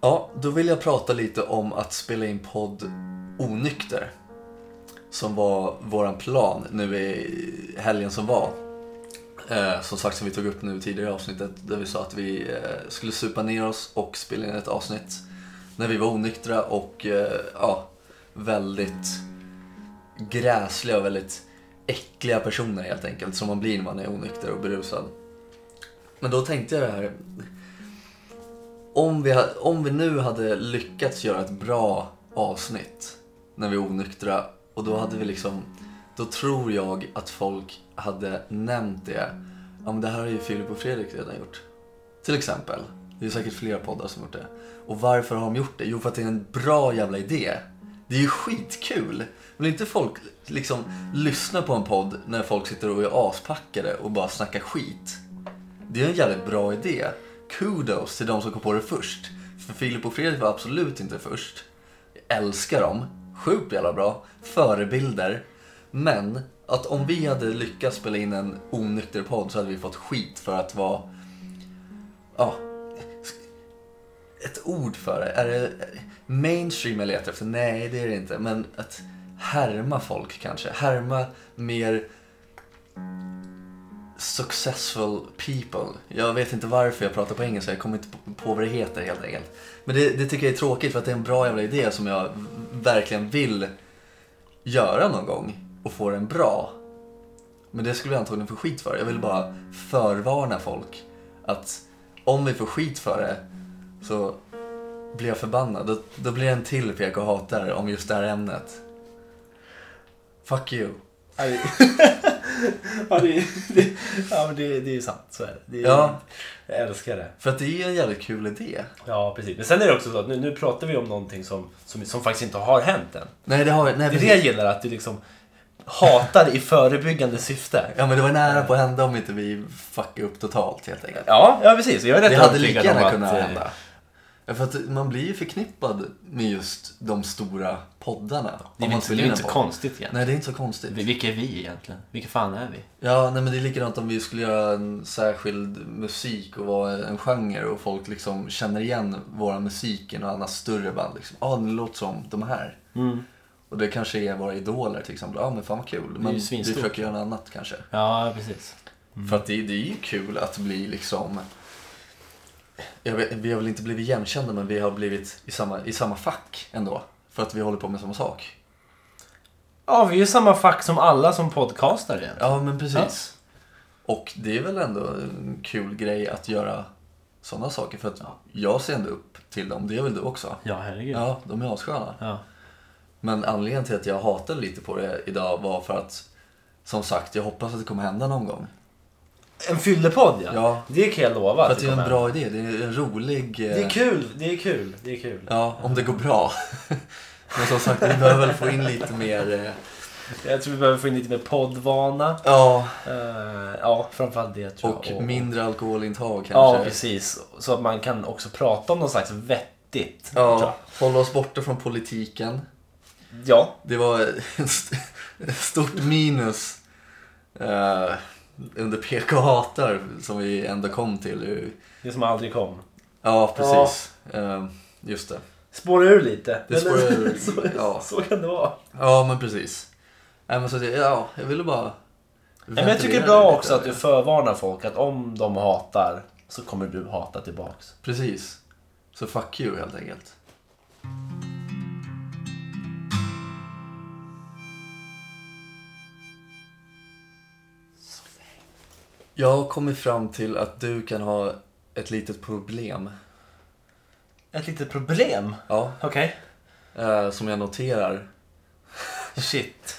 S1: Ja, då vill jag prata lite om att spela in podd onykter. Som var våran plan nu i helgen som var. Eh, som sagt som vi tog upp nu tidigare i avsnittet där vi sa att vi eh, skulle supa ner oss och spela in ett avsnitt när vi var onyktra och eh, ja, väldigt gräsliga och väldigt äckliga personer helt enkelt som man blir när man är onykter och berusad. Men då tänkte jag det här, om vi, ha- om vi nu hade lyckats göra ett bra avsnitt när vi är onyktra och då hade vi liksom, då tror jag att folk hade nämnt det. Ja men det här har ju Filip och Fredrik redan gjort. Till exempel. Det är säkert flera poddar som gjort det. Och varför har de gjort det? Jo för att det är en bra jävla idé. Det är ju skitkul. Vill inte folk liksom lyssna på en podd när folk sitter och är aspackade och bara snackar skit? Det är en jävligt bra idé. Kudos till de som kom på det först. För Filip och Fredrik var absolut inte först. Jag älskar dem. Sjukt jävla bra. Förebilder. Men att om vi hade lyckats spela in en onykter podd så hade vi fått skit för att vara... Ja. Ett ord för det. Är det mainstream jag letar efter? Nej, det är det inte. Men att härma folk kanske. Härma mer successful people. Jag vet inte varför jag pratar på engelska, jag kommer inte på- på vad det heter helt enkelt. Men det, det tycker jag är tråkigt för att det är en bra jävla idé som jag v- verkligen vill göra någon gång och få den bra. Men det skulle jag antagligen få skit för. Jag vill bara förvarna folk att om vi får skit för det så blir jag förbannad. Då, då blir det en till PK hatar om just det här ämnet. Fuck you.
S2: Ja, det, ja, det, det, ja, men det, det är ju sant. Så är det. det är,
S1: Ja.
S2: Jag älskar det.
S1: För att det är ju en jävligt kul idé.
S2: Ja, precis. Men sen är det också så att nu, nu pratar vi om någonting som, som, som faktiskt inte har hänt än.
S1: Nej, det har jag... Nej,
S2: Det är det
S1: precis.
S2: jag gillar, att du liksom hatar i förebyggande syfte.
S1: Ja men det var nära på att hända om inte vi fuckade upp totalt helt enkelt.
S2: Ja, ja precis. Jag är rätt
S1: Det hade lika
S2: övertygad om
S1: gärna
S2: att,
S1: kunnat
S2: eh,
S1: hända. Ja, För att man blir ju förknippad med just de stora poddarna. om
S4: Det är
S1: man
S4: väl inte, det är
S1: spelar
S4: väl
S1: in
S4: inte
S1: en podd.
S4: konstigt egentligen.
S1: Nej det är inte så konstigt.
S4: Vi- Vilka är vi egentligen? Vilka fan är vi?
S1: Ja nej men det är likadant om vi skulle göra en särskild musik och vara en genre och folk liksom känner igen våra musiken och andra större band. Liksom. ah, det låter som de här.
S4: Mm.
S1: Och det kanske är våra idoler till exempel. Ja ah, men fan vad kul. Men vi
S4: svinstort.
S1: försöker göra något annat kanske.
S4: Ja, precis.
S1: För att det, det är ju kul att bli liksom... Jag vet, vi har väl inte blivit igenkända men vi har blivit i samma, i samma fack ändå. För att vi håller på med samma sak.
S2: Ja, vi är ju samma fack som alla som podcastar egentligen.
S1: Ja men precis. Och det är väl ändå en kul grej att göra sådana saker. För att jag ser ändå upp till dem, det gör väl du också?
S4: Ja, herregud. Ja.
S1: Ja, de är assköna.
S4: Ja.
S1: Men anledningen till att jag hatade lite på det idag var för att som sagt, jag hoppas att det kommer hända någon gång.
S2: En fyllepodd ja.
S1: Ja.
S2: Det kan jag lova.
S1: För att det är
S2: kommer
S1: en bra idé, det är en rolig... eh,
S2: hända. Det är kul, det är kul, det är kul.
S1: Ja, om det går bra. Men som sagt, vi behöver väl få in lite mer... eh,
S2: Jag tror vi behöver få in lite mer poddvana.
S1: Ja,
S2: Eh, ja, framförallt det tror
S1: och
S2: jag.
S1: mindre alkoholintag kanske.
S2: Ja, precis. Så att man kan också prata om något slags vettigt. tror jag.
S1: Ja, hålla oss borta från politiken.
S2: ja.
S1: Det var ett st- ett stort minus eh, under PK hatar som vi ändå kom till.
S2: Det som aldrig kom.
S1: Ja, precis. Eh, Just det.
S2: Spåra ur lite.
S1: Det spårar ur,
S2: så,
S1: ja.
S2: så kan det vara.
S1: Ja, men precis. Nej, men så, det- ja, jag ville bara...
S2: Nej, men jag tycker det är
S1: ventilera
S2: bra
S1: lite
S2: också
S1: av
S2: att
S1: det.
S2: du förvarnar folk att om de hatar så kommer du hata tillbaks.
S1: Precis. Så fuck you helt enkelt. Jag har kommit fram till att du kan ha ett litet problem.
S2: Ett litet problem?
S1: Ja,
S2: Okej.
S1: eh, som jag noterar.
S2: Shit.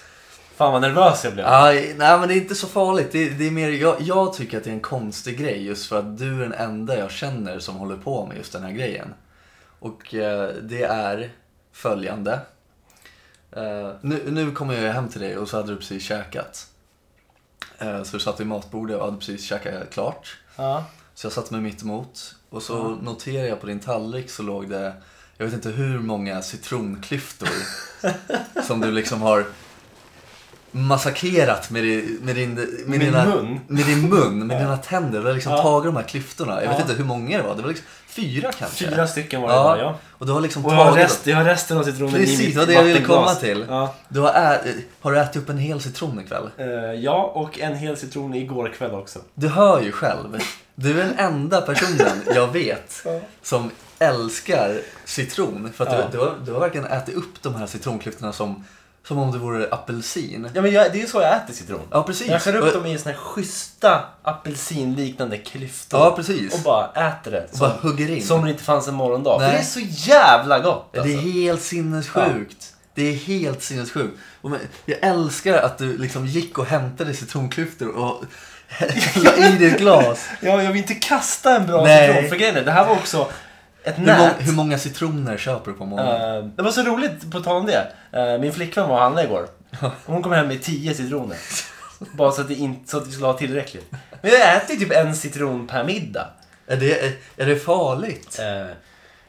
S2: Fan vad nervös jag blev.
S1: Aj, nej, men det är inte så farligt. Det, det är mer, jag, jag tycker att det är en konstig grej just för att du är den enda jag känner som håller på med just den här grejen. Och eh, det är följande. Eh, nu, nu kommer jag hem till dig och så hade du precis käkat. Eh, så du satt vid matbordet och hade precis käkat klart.
S2: Ja.
S1: Så jag satte mig mitt emot och så noterade jag på din tallrik så låg det, jag vet inte hur många citronklyftor som du liksom har massakrerat med, di- med din, med
S2: Min
S1: dina,
S2: mun?
S1: med din mun, med dina tänder. Du har liksom
S2: Ja.
S1: tagit de här klyftorna. Jag vet
S2: Ja.
S1: inte hur många det var, det var liksom fyra kanske.
S2: Fyra stycken var det
S1: ja.
S2: bara, ja.
S1: Och du har liksom
S2: Och jag har,
S1: tagit
S2: rest, jag har resten av citronen i
S1: Precis,
S2: mitt
S1: det var det jag ville
S2: vattenglas.
S1: komma till.
S2: Ja.
S1: du har, ä- har du ätit upp en hel citron ikväll?
S2: Eh, ja, och en hel citron igår kväll också.
S1: Du hör ju själv. Du är den enda personen jag vet
S2: Ja.
S1: som älskar citron. För att
S2: Ja.
S1: du, du, har, du har verkligen ätit upp de här citronklyftorna som, som om det vore apelsin.
S2: Ja, men jag, det är ju så jag äter citron.
S1: Ja, precis.
S2: Jag skär
S1: Och-
S2: upp dem i såna här schyssta apelsinliknande klyftor.
S1: Ja, precis.
S2: Och bara äter det.
S1: Bara
S2: Som,
S1: hugger in.
S2: som om det inte fanns en morgondag. För
S1: Nej.
S2: det är så jävla gott
S1: Det är
S2: alltså.
S1: helt sinnessjukt. Det är helt sinnessjukt. Och men, jag älskar att du liksom gick och hämtade citronklyftor och la i ditt glas.
S2: Ja, jag vill inte kasta en bra
S1: Nej.
S2: citron. För grejen är, det här var också ett
S1: Hur, må-
S2: nät.
S1: hur många citroner köper du på månaden?
S2: Eh, det var så roligt, på tal om det. Eh, min flickvän var och handlade igår. Hon kom hem med 10 citroner. Bara så att, det inte, så att vi skulle ha tillräckligt. Men jag äter ju typ en citron per middag.
S1: Är, det, är, är det farligt?
S2: Eh,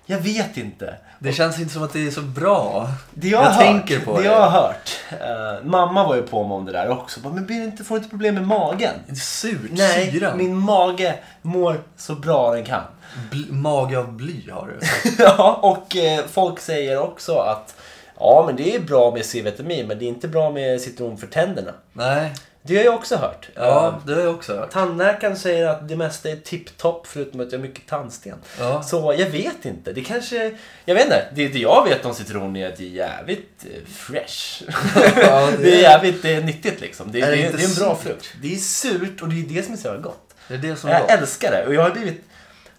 S2: jag vet inte.
S1: Det känns inte som att det är så bra.
S2: Det jag,
S1: Jag
S2: har
S1: tänker
S2: hört,
S1: på
S2: det.
S1: det.
S2: jag har hört. eh, mamma var ju på mig om det där också. Bara, men blir det inte, får du inte problem med magen?
S1: Surt,
S2: Nej,
S1: syran.
S2: min mage mår så bra den kan.
S1: Bl- mage av bly har du.
S2: ja, och eh, folk säger också att ja, men det är bra med C-vitamin, men det är inte bra med citron för tänderna.
S1: Nej,
S2: Det har jag också hört. Eh,
S1: ja, det har jag också hört.
S2: Tandläkaren säger att det mesta är tipptopp förutom att jag har mycket tandsten.
S1: Ja.
S2: Så jag vet inte. Det kanske... Jag vet inte. Det, det jag vet om citron är att det är jävligt eh, fresh.
S1: Ja,
S2: det...
S1: det-
S2: är jävligt eh, nyttigt liksom. Det, det,
S1: Är det
S2: det,
S1: inte
S2: är en bra
S1: surt?
S2: frukt. Det är surt och det är det som är så gott.
S1: Det är det som är
S2: Jag
S1: gott.
S2: älskar det. Och jag har blivit...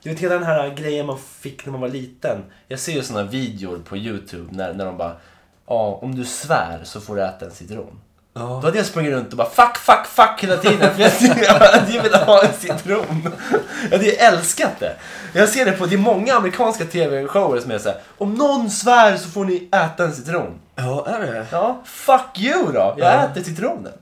S2: Du vet hela den här grejen man fick när man var liten. Jag ser ju såna videor på YouTube när, när de bara... Ja, om du svär så får du äta en citron. Då
S1: Ja.
S2: hade jag sprungit runt och bara fuck, fuck, fuck hela tiden. För jag, jag hade ju velat ha en citron. Jag hade ju älskat det. Jag ser det på, det är många amerikanska tv-shower som är såhär. Om någon svär så får ni äta en citron.
S1: ja, är det?
S2: Ja, fuck you då. Jag
S1: Ja.
S2: äter citronen.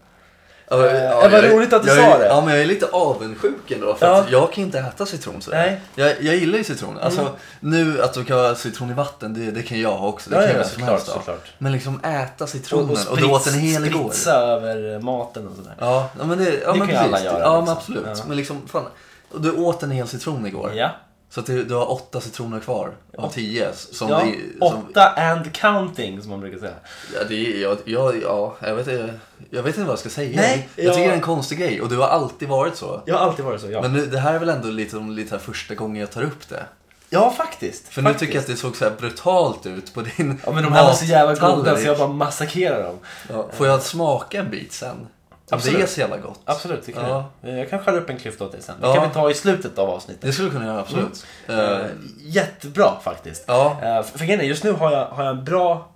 S1: Ja,
S2: det var roligt att du
S1: jag,
S2: sa
S1: är-
S2: det.
S1: Ja, men jag är lite avundsjuk ändå. För att
S2: Ja.
S1: jag kan inte äta citron så
S2: Nej. Mm.
S1: jag, jag gillar ju citron. Alltså, nu att du kan ha citron i vatten, det, det kan jag också. Det
S2: Ja,
S1: kan
S2: ja,
S1: jag vem som
S2: såklart,
S1: helst ha.
S2: såklart.
S1: Men liksom äta citronen och, du åt en hel igår.
S2: spritsa över maten och sådär.
S1: Ja, ja, men det, ja,
S2: Det
S1: men
S2: kan ju
S1: precis.
S2: alla göra,
S1: Ja, men
S2: liksom.
S1: absolut.
S2: Ja.
S1: Men liksom, fan. och Du åt en hel citron igår.
S2: Ja.
S1: Så att du, du har åtta citroner kvar av tio. Som
S2: ja.
S1: vi, som,
S2: Åtta and counting som man brukar säga.
S1: Ja, det är, jag, jag, ja, jag, vet, jag, jag vet inte vad jag ska säga.
S2: Nej,
S1: jag,
S2: jag-
S1: tycker det är en konstig grej och du har alltid varit så.
S2: Jag har alltid varit så, ja.
S1: Men nu, det här är väl ändå lite, lite här första gången jag tar upp det.
S2: ja, faktiskt.
S1: För
S2: faktiskt.
S1: nu tycker jag att det såg så här brutalt ut på din
S2: Ja men de här var så jävla goda
S1: mattallrik.
S2: så jag bara massakrerar dem.
S1: ja, Får jag smaka en bit sen? Absolut.
S2: Absolut.
S1: Det är så jävla gott.
S2: Absolut, det kan
S1: Ja.
S2: jag. Jag kan skära upp en klyfta åt dig sen. Det
S1: Ja.
S2: kan vi ta i slutet av avsnittet.
S1: Det skulle du kunna göra, absolut. Eh,
S2: Eh, jättebra faktiskt.
S1: Ja.
S2: Eh, för för grejen är, just nu har jag, har jag en bra...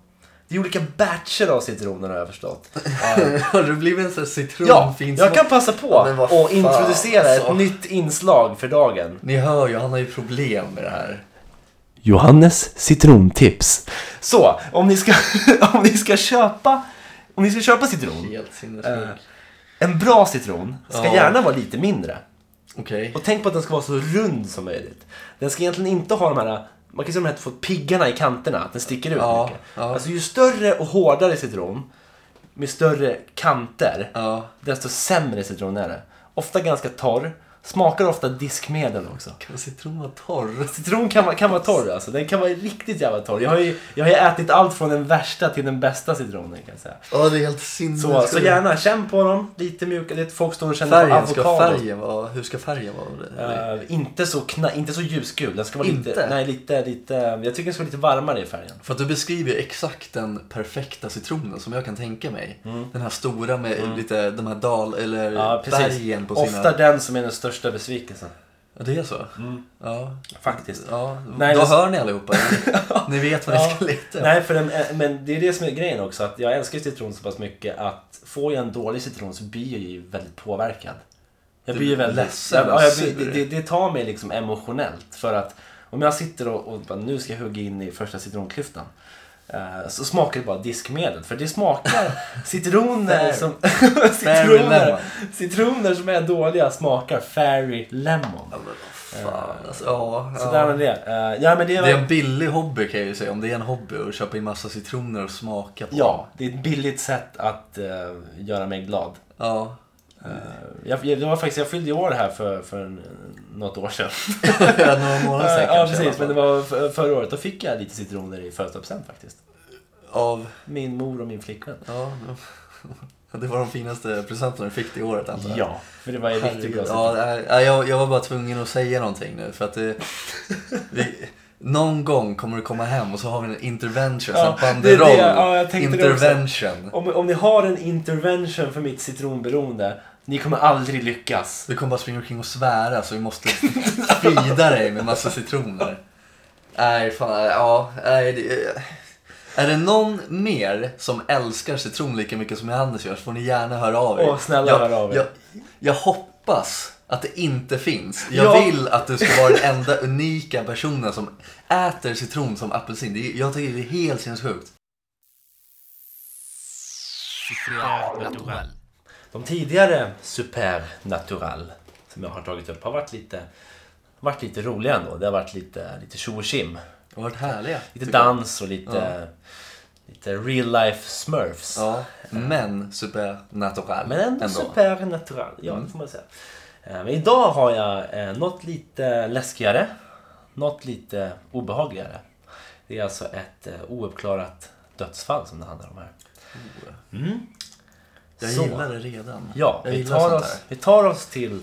S2: Det är olika batcher av citroner har jag förstått. Eh,
S1: Har du blivit en sån här citron
S2: ja,
S1: fin
S2: jag
S1: smak?
S2: kan passa på
S1: Ja, men vad
S2: och
S1: fan,
S2: introducera
S1: alltså.
S2: ett nytt inslag för dagen.
S1: Ni hör ju, han har ju problem med det här.
S2: Johannes citrontips. Så, om ni ska, om ni ska köpa... Om ni ska köpa citron,
S1: Helt sinnessjukt.
S2: Eh, en bra citron ska
S1: Ja.
S2: gärna vara lite mindre.
S1: Okej.
S2: Och tänk på att den ska vara så rund som möjligt. Den ska egentligen inte ha de här, man kan säga de här två piggarna i kanterna, att den sticker ut
S1: Ja,
S2: mycket.
S1: ja.
S2: Alltså ju större och hårdare citron, med större kanter,
S1: Ja.
S2: desto sämre citron är det. Ofta ganska torr, smakar ofta diskmedel också.
S1: Kan citron vara torr?
S2: Citron kan, vara- kan vara torr alltså, den kan vara riktigt jävla torr. Jag har ju, jag har ju ätit allt från den värsta till den bästa citronen kan jag säga.
S1: Ja, det är helt
S2: Så,
S1: sinnessjukt.
S2: så gärna, känn på dem, lite mjuka, det är- folk står och känner på
S1: Färgen,
S2: avokado.
S1: ska färgen vara, hur ska färgen vara? Eller-
S2: Eh, inte, så kna, inte så ljusgul. Den ska vara lite,
S1: Inte?
S2: nej, lite, lite... Jag tycker den ska vara lite varmare i färgen.
S1: För att du beskriver ju exakt den perfekta citronen som jag kan tänka mig. Den här stora med lite, de här dal eller
S2: Mm. Ja, precis.
S1: bergen på sina...
S2: Ofta den som är den största besvikelsen.
S1: Ja, det är så? Ja.
S2: Faktiskt.
S1: ja.
S2: Mm. Nej,
S1: Då
S2: det-
S1: hör ni allihopa. ni vet vad ni ska leta efter.
S2: Nej, för den, eh, men det är det som är grejen också. Att jag älskar citron så pass mycket att får jag en dålig citron så blir jag ju väldigt påverkad. Jag
S1: Du
S2: blir ju
S1: blir
S2: väldigt
S1: ledsen
S2: Ja, jag
S1: och
S2: blir,
S1: sur.
S2: det, det tar mig liksom emotionellt. För att om jag sitter och, och bara, nu ska jag hugga in i första citronklyftan. eh, Så smakar det bara diskmedel. För det smakar citroner
S1: Fair.
S2: som...
S1: Fairy
S2: citroner,
S1: lemon.
S2: citroner som är dåliga smakar fairy lemon.
S1: Ja, men vad fan alltså. Ja,
S2: Så
S1: ja.
S2: där var det. Eh, Ja, men det, var...
S1: Det är en billig hobby kan jag ju säga. Om det är en hobby att köpa in massa citroner och smaka på.
S2: Ja, det är ett billigt sätt att eh, göra mig glad.
S1: Ja.
S2: Eh, jag, jag, det var faktiskt, jag fyllde ju år här för, för en, något år sedan. Eh,
S1: Några månader sedan kanske.
S2: ja,
S1: i alla
S2: precis.
S1: fall.
S2: Men det var för, förra året. Då fick jag lite citroner i födelsedagspresent faktiskt.
S1: Av...
S2: Min mor och min flickvän.
S1: Ja. Det var de finaste presenterna du fick det året antar jag.
S2: Ja, för det var ju riktigt bra.
S1: Herregud.
S2: citroner.
S1: Ja, nej, nej, jag, jag var bara tvungen att säga någonting nu för att det, vi, Någon gång kommer du komma hem och så har vi en intervention,
S2: Ja,
S1: ja,
S2: det är
S1: en banderoll.
S2: det. Ja, jag tänkte det också.
S1: intervention.
S2: Om, om ni har en intervention för mitt citronberoende, ni kommer aldrig lyckas.
S1: Du kommer bara springa omkring och svära så vi måste frida dig med massa citroner. Nej, fan, nej, ja, nej, det, Är det någon mer som älskar citron lika mycket som Johannes gör så får ni gärna höra av er.
S2: Åh, snälla,
S1: jag,
S2: hör av er.
S1: Jag, jag hoppas att det inte finns. Jag
S2: Ja.
S1: vill att du ska vara den enda unika personen som äter citron som apelsin. Det, är- jag tycker det är helt sinnessjukt.
S2: De tidigare Supernatural som jag har tagit upp har varit lite, varit lite roliga ändå. Det har varit lite, lite tjo och tjim.
S1: Det har varit härliga.
S2: Lite
S1: tycker jag.
S2: dans och lite, lite real life smurfs.
S1: Ja, men supernatural
S2: Men ändå, supernatural, ja
S1: Mm.
S2: det får man säga. Eh, Men idag har jag eh, något lite läskigare, något lite obehagligare. Det är alltså ett eh, ouppklarat dödsfall som det handlar om här.
S1: Jag
S2: Så.
S1: gillar det redan.
S2: Ja,
S1: jag
S2: vi
S1: gillar
S2: tar,
S1: sånt
S2: oss,
S1: här.
S2: vi tar oss till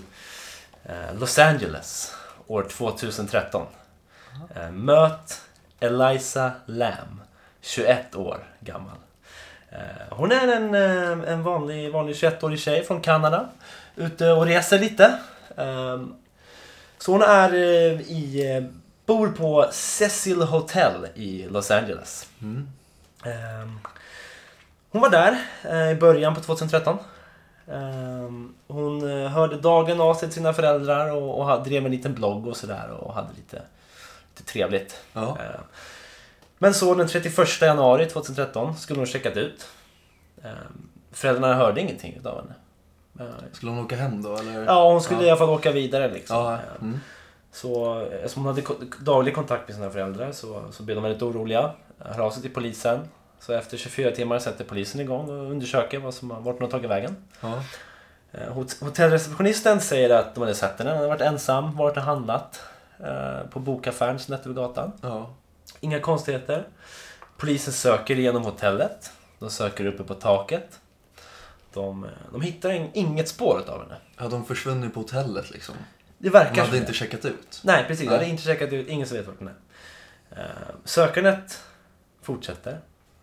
S2: eh, Los Angeles år 2013. Eh, möt Eliza Lam, 21 år gammal. Eh, hon är en, eh, en vanlig, vanlig 21-årig tjej från Kanada. Ute och reser lite. Ehm, så hon är eh, i, eh, bor på Cecil Hotel i Los Angeles.
S1: Mm.
S2: Ehm, hon var där eh, i början på 2013. Ehm, hon eh, hörde dagen av sig till sina föräldrar och, och hade- drev en liten blogg och sådär och hade lite, lite trevligt.
S1: Ja.
S2: Ehm, men så den 31 januari 2013 skulle hon checkat ut. Ehm, föräldrarna hörde ingenting utav henne. Ehm,
S1: Eh, Skulle hon åka hem då eller?
S2: ja, hon skulle i alla fall åka vidare liksom.
S1: Ja,
S2: Ehm,
S1: mm.
S2: så eh, eftersom hon hade ko- daglig kontakt med sina föräldrar så, så blev de väldigt oroliga. Hör av sig till polisen. Så efter 24 timmar sätter polisen igång och undersöker vad som, har- vart hon har tagit vägen.
S1: ja.
S2: Eh, hot- Hotellreceptionisten säger att de hade sett henne. Hon hade varit ensam, varit och handlat. eh, På bokaffären som hette vid gatan.
S1: ja.
S2: Inga konstigheter. Polisen söker igenom hotellet. De söker uppe på taket. De, eh, de hittar in- inget spår av henne.
S1: Hade hon försvunnit på hotellet liksom?
S2: Det
S1: Hon
S2: verkar som
S1: hade
S2: det.
S1: inte checkat ut?
S2: Nej, precis. Jag hade
S1: Nej.
S2: inte checkat ut. Ingen som vet vart den är. Eh, Sökandet fortsätter.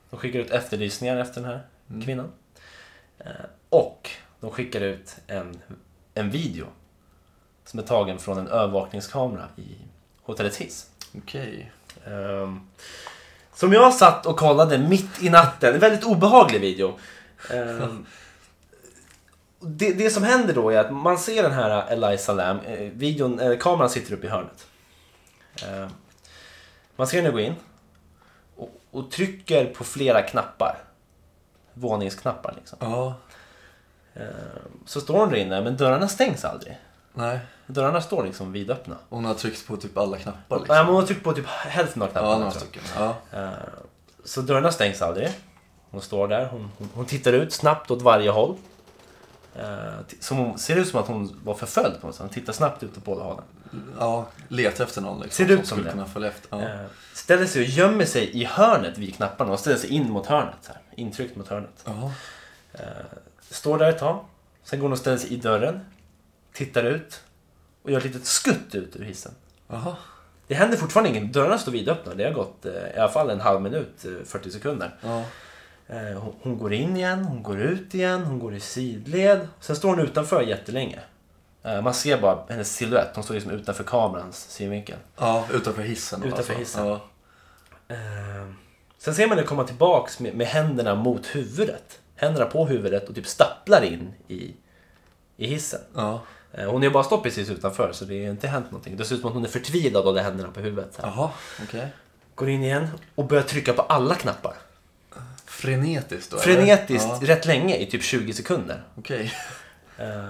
S2: De skickar ut efterlysningar efter den här kvinnan. Eh, Och de skickar ut en, en video som är tagen från en övervakningskamera i hotellets hiss.
S1: Okej.
S2: Ehm, som jag satt och kollade mitt i natten. En väldigt obehaglig video. Ehm, det, det som händer då är att man ser den här Eliza Lam. eh, videon, eh, kameran sitter uppe i hörnet. Ehm, man ser henne gå in och, och trycker på flera knappar. Våningsknappar liksom.
S1: Ja.
S2: Ehm, så står hon där inne men dörrarna stängs aldrig.
S1: Nej.
S2: Dörrarna står liksom vidöppna.
S1: Hon har tryckt på typ alla knappar liksom?
S2: Nej, men hon har tryckt på typ hälften av knapparna.
S1: ja, några
S2: tror jag.
S1: stycken. Ja.
S2: Eh, Så dörrarna stängs aldrig. Hon står där. Hon, hon, hon tittar ut snabbt åt varje håll. Eh, t- Som hon, ser ut som att hon var förföljd på något sätt. Hon tittar snabbt ut åt båda hållen.
S1: ja. Leta efter någon liksom.
S2: Ser det ut som
S1: skulle
S2: det?
S1: kunna följa efter. Ja.
S2: Eh, Ställer sig och gömmer sig i hörnet vid knapparna. och ställer sig in mot hörnet. Så här, intryckt mot hörnet.
S1: ja.
S2: Står där ett tag. Sen går hon och ställer sig i dörren. Tittar ut. Och gör ett litet skutt ut ur hissen.
S1: Jaha.
S2: Det händer fortfarande inget. Dörrarna står vidöppna. Det har gått eh, i alla fall en halv minut, eh, 40 sekunder.
S1: Ja.
S2: Eh, Hon, hon går in igen, hon går ut igen, hon går i sidled. Sen står hon utanför jättelänge. Eh, Man ser bara hennes silhuett. Hon står liksom utanför kamerans synvinkel.
S1: Ja, utanför hissen. då, alltså.
S2: Utanför hissen.
S1: Ja.
S2: Eh, Sen ser man henne komma tillbaks med, med händerna mot huvudet. Händerna på huvudet och typ stapplar in i, i hissen.
S1: ja.
S2: Eh, Hon är ju bara stått precis utanför så det har inte hänt någonting. Det ser ut som att hon är förtvivlad av de händerna på huvudet. Så här.
S1: Jaha, okej.
S2: Går in igen och börjar trycka på alla knappar.
S1: Frenetiskt då? eller?
S2: Frenetiskt
S1: Ja,
S2: rätt länge i typ 20 sekunder.
S1: Okej.
S2: Eh,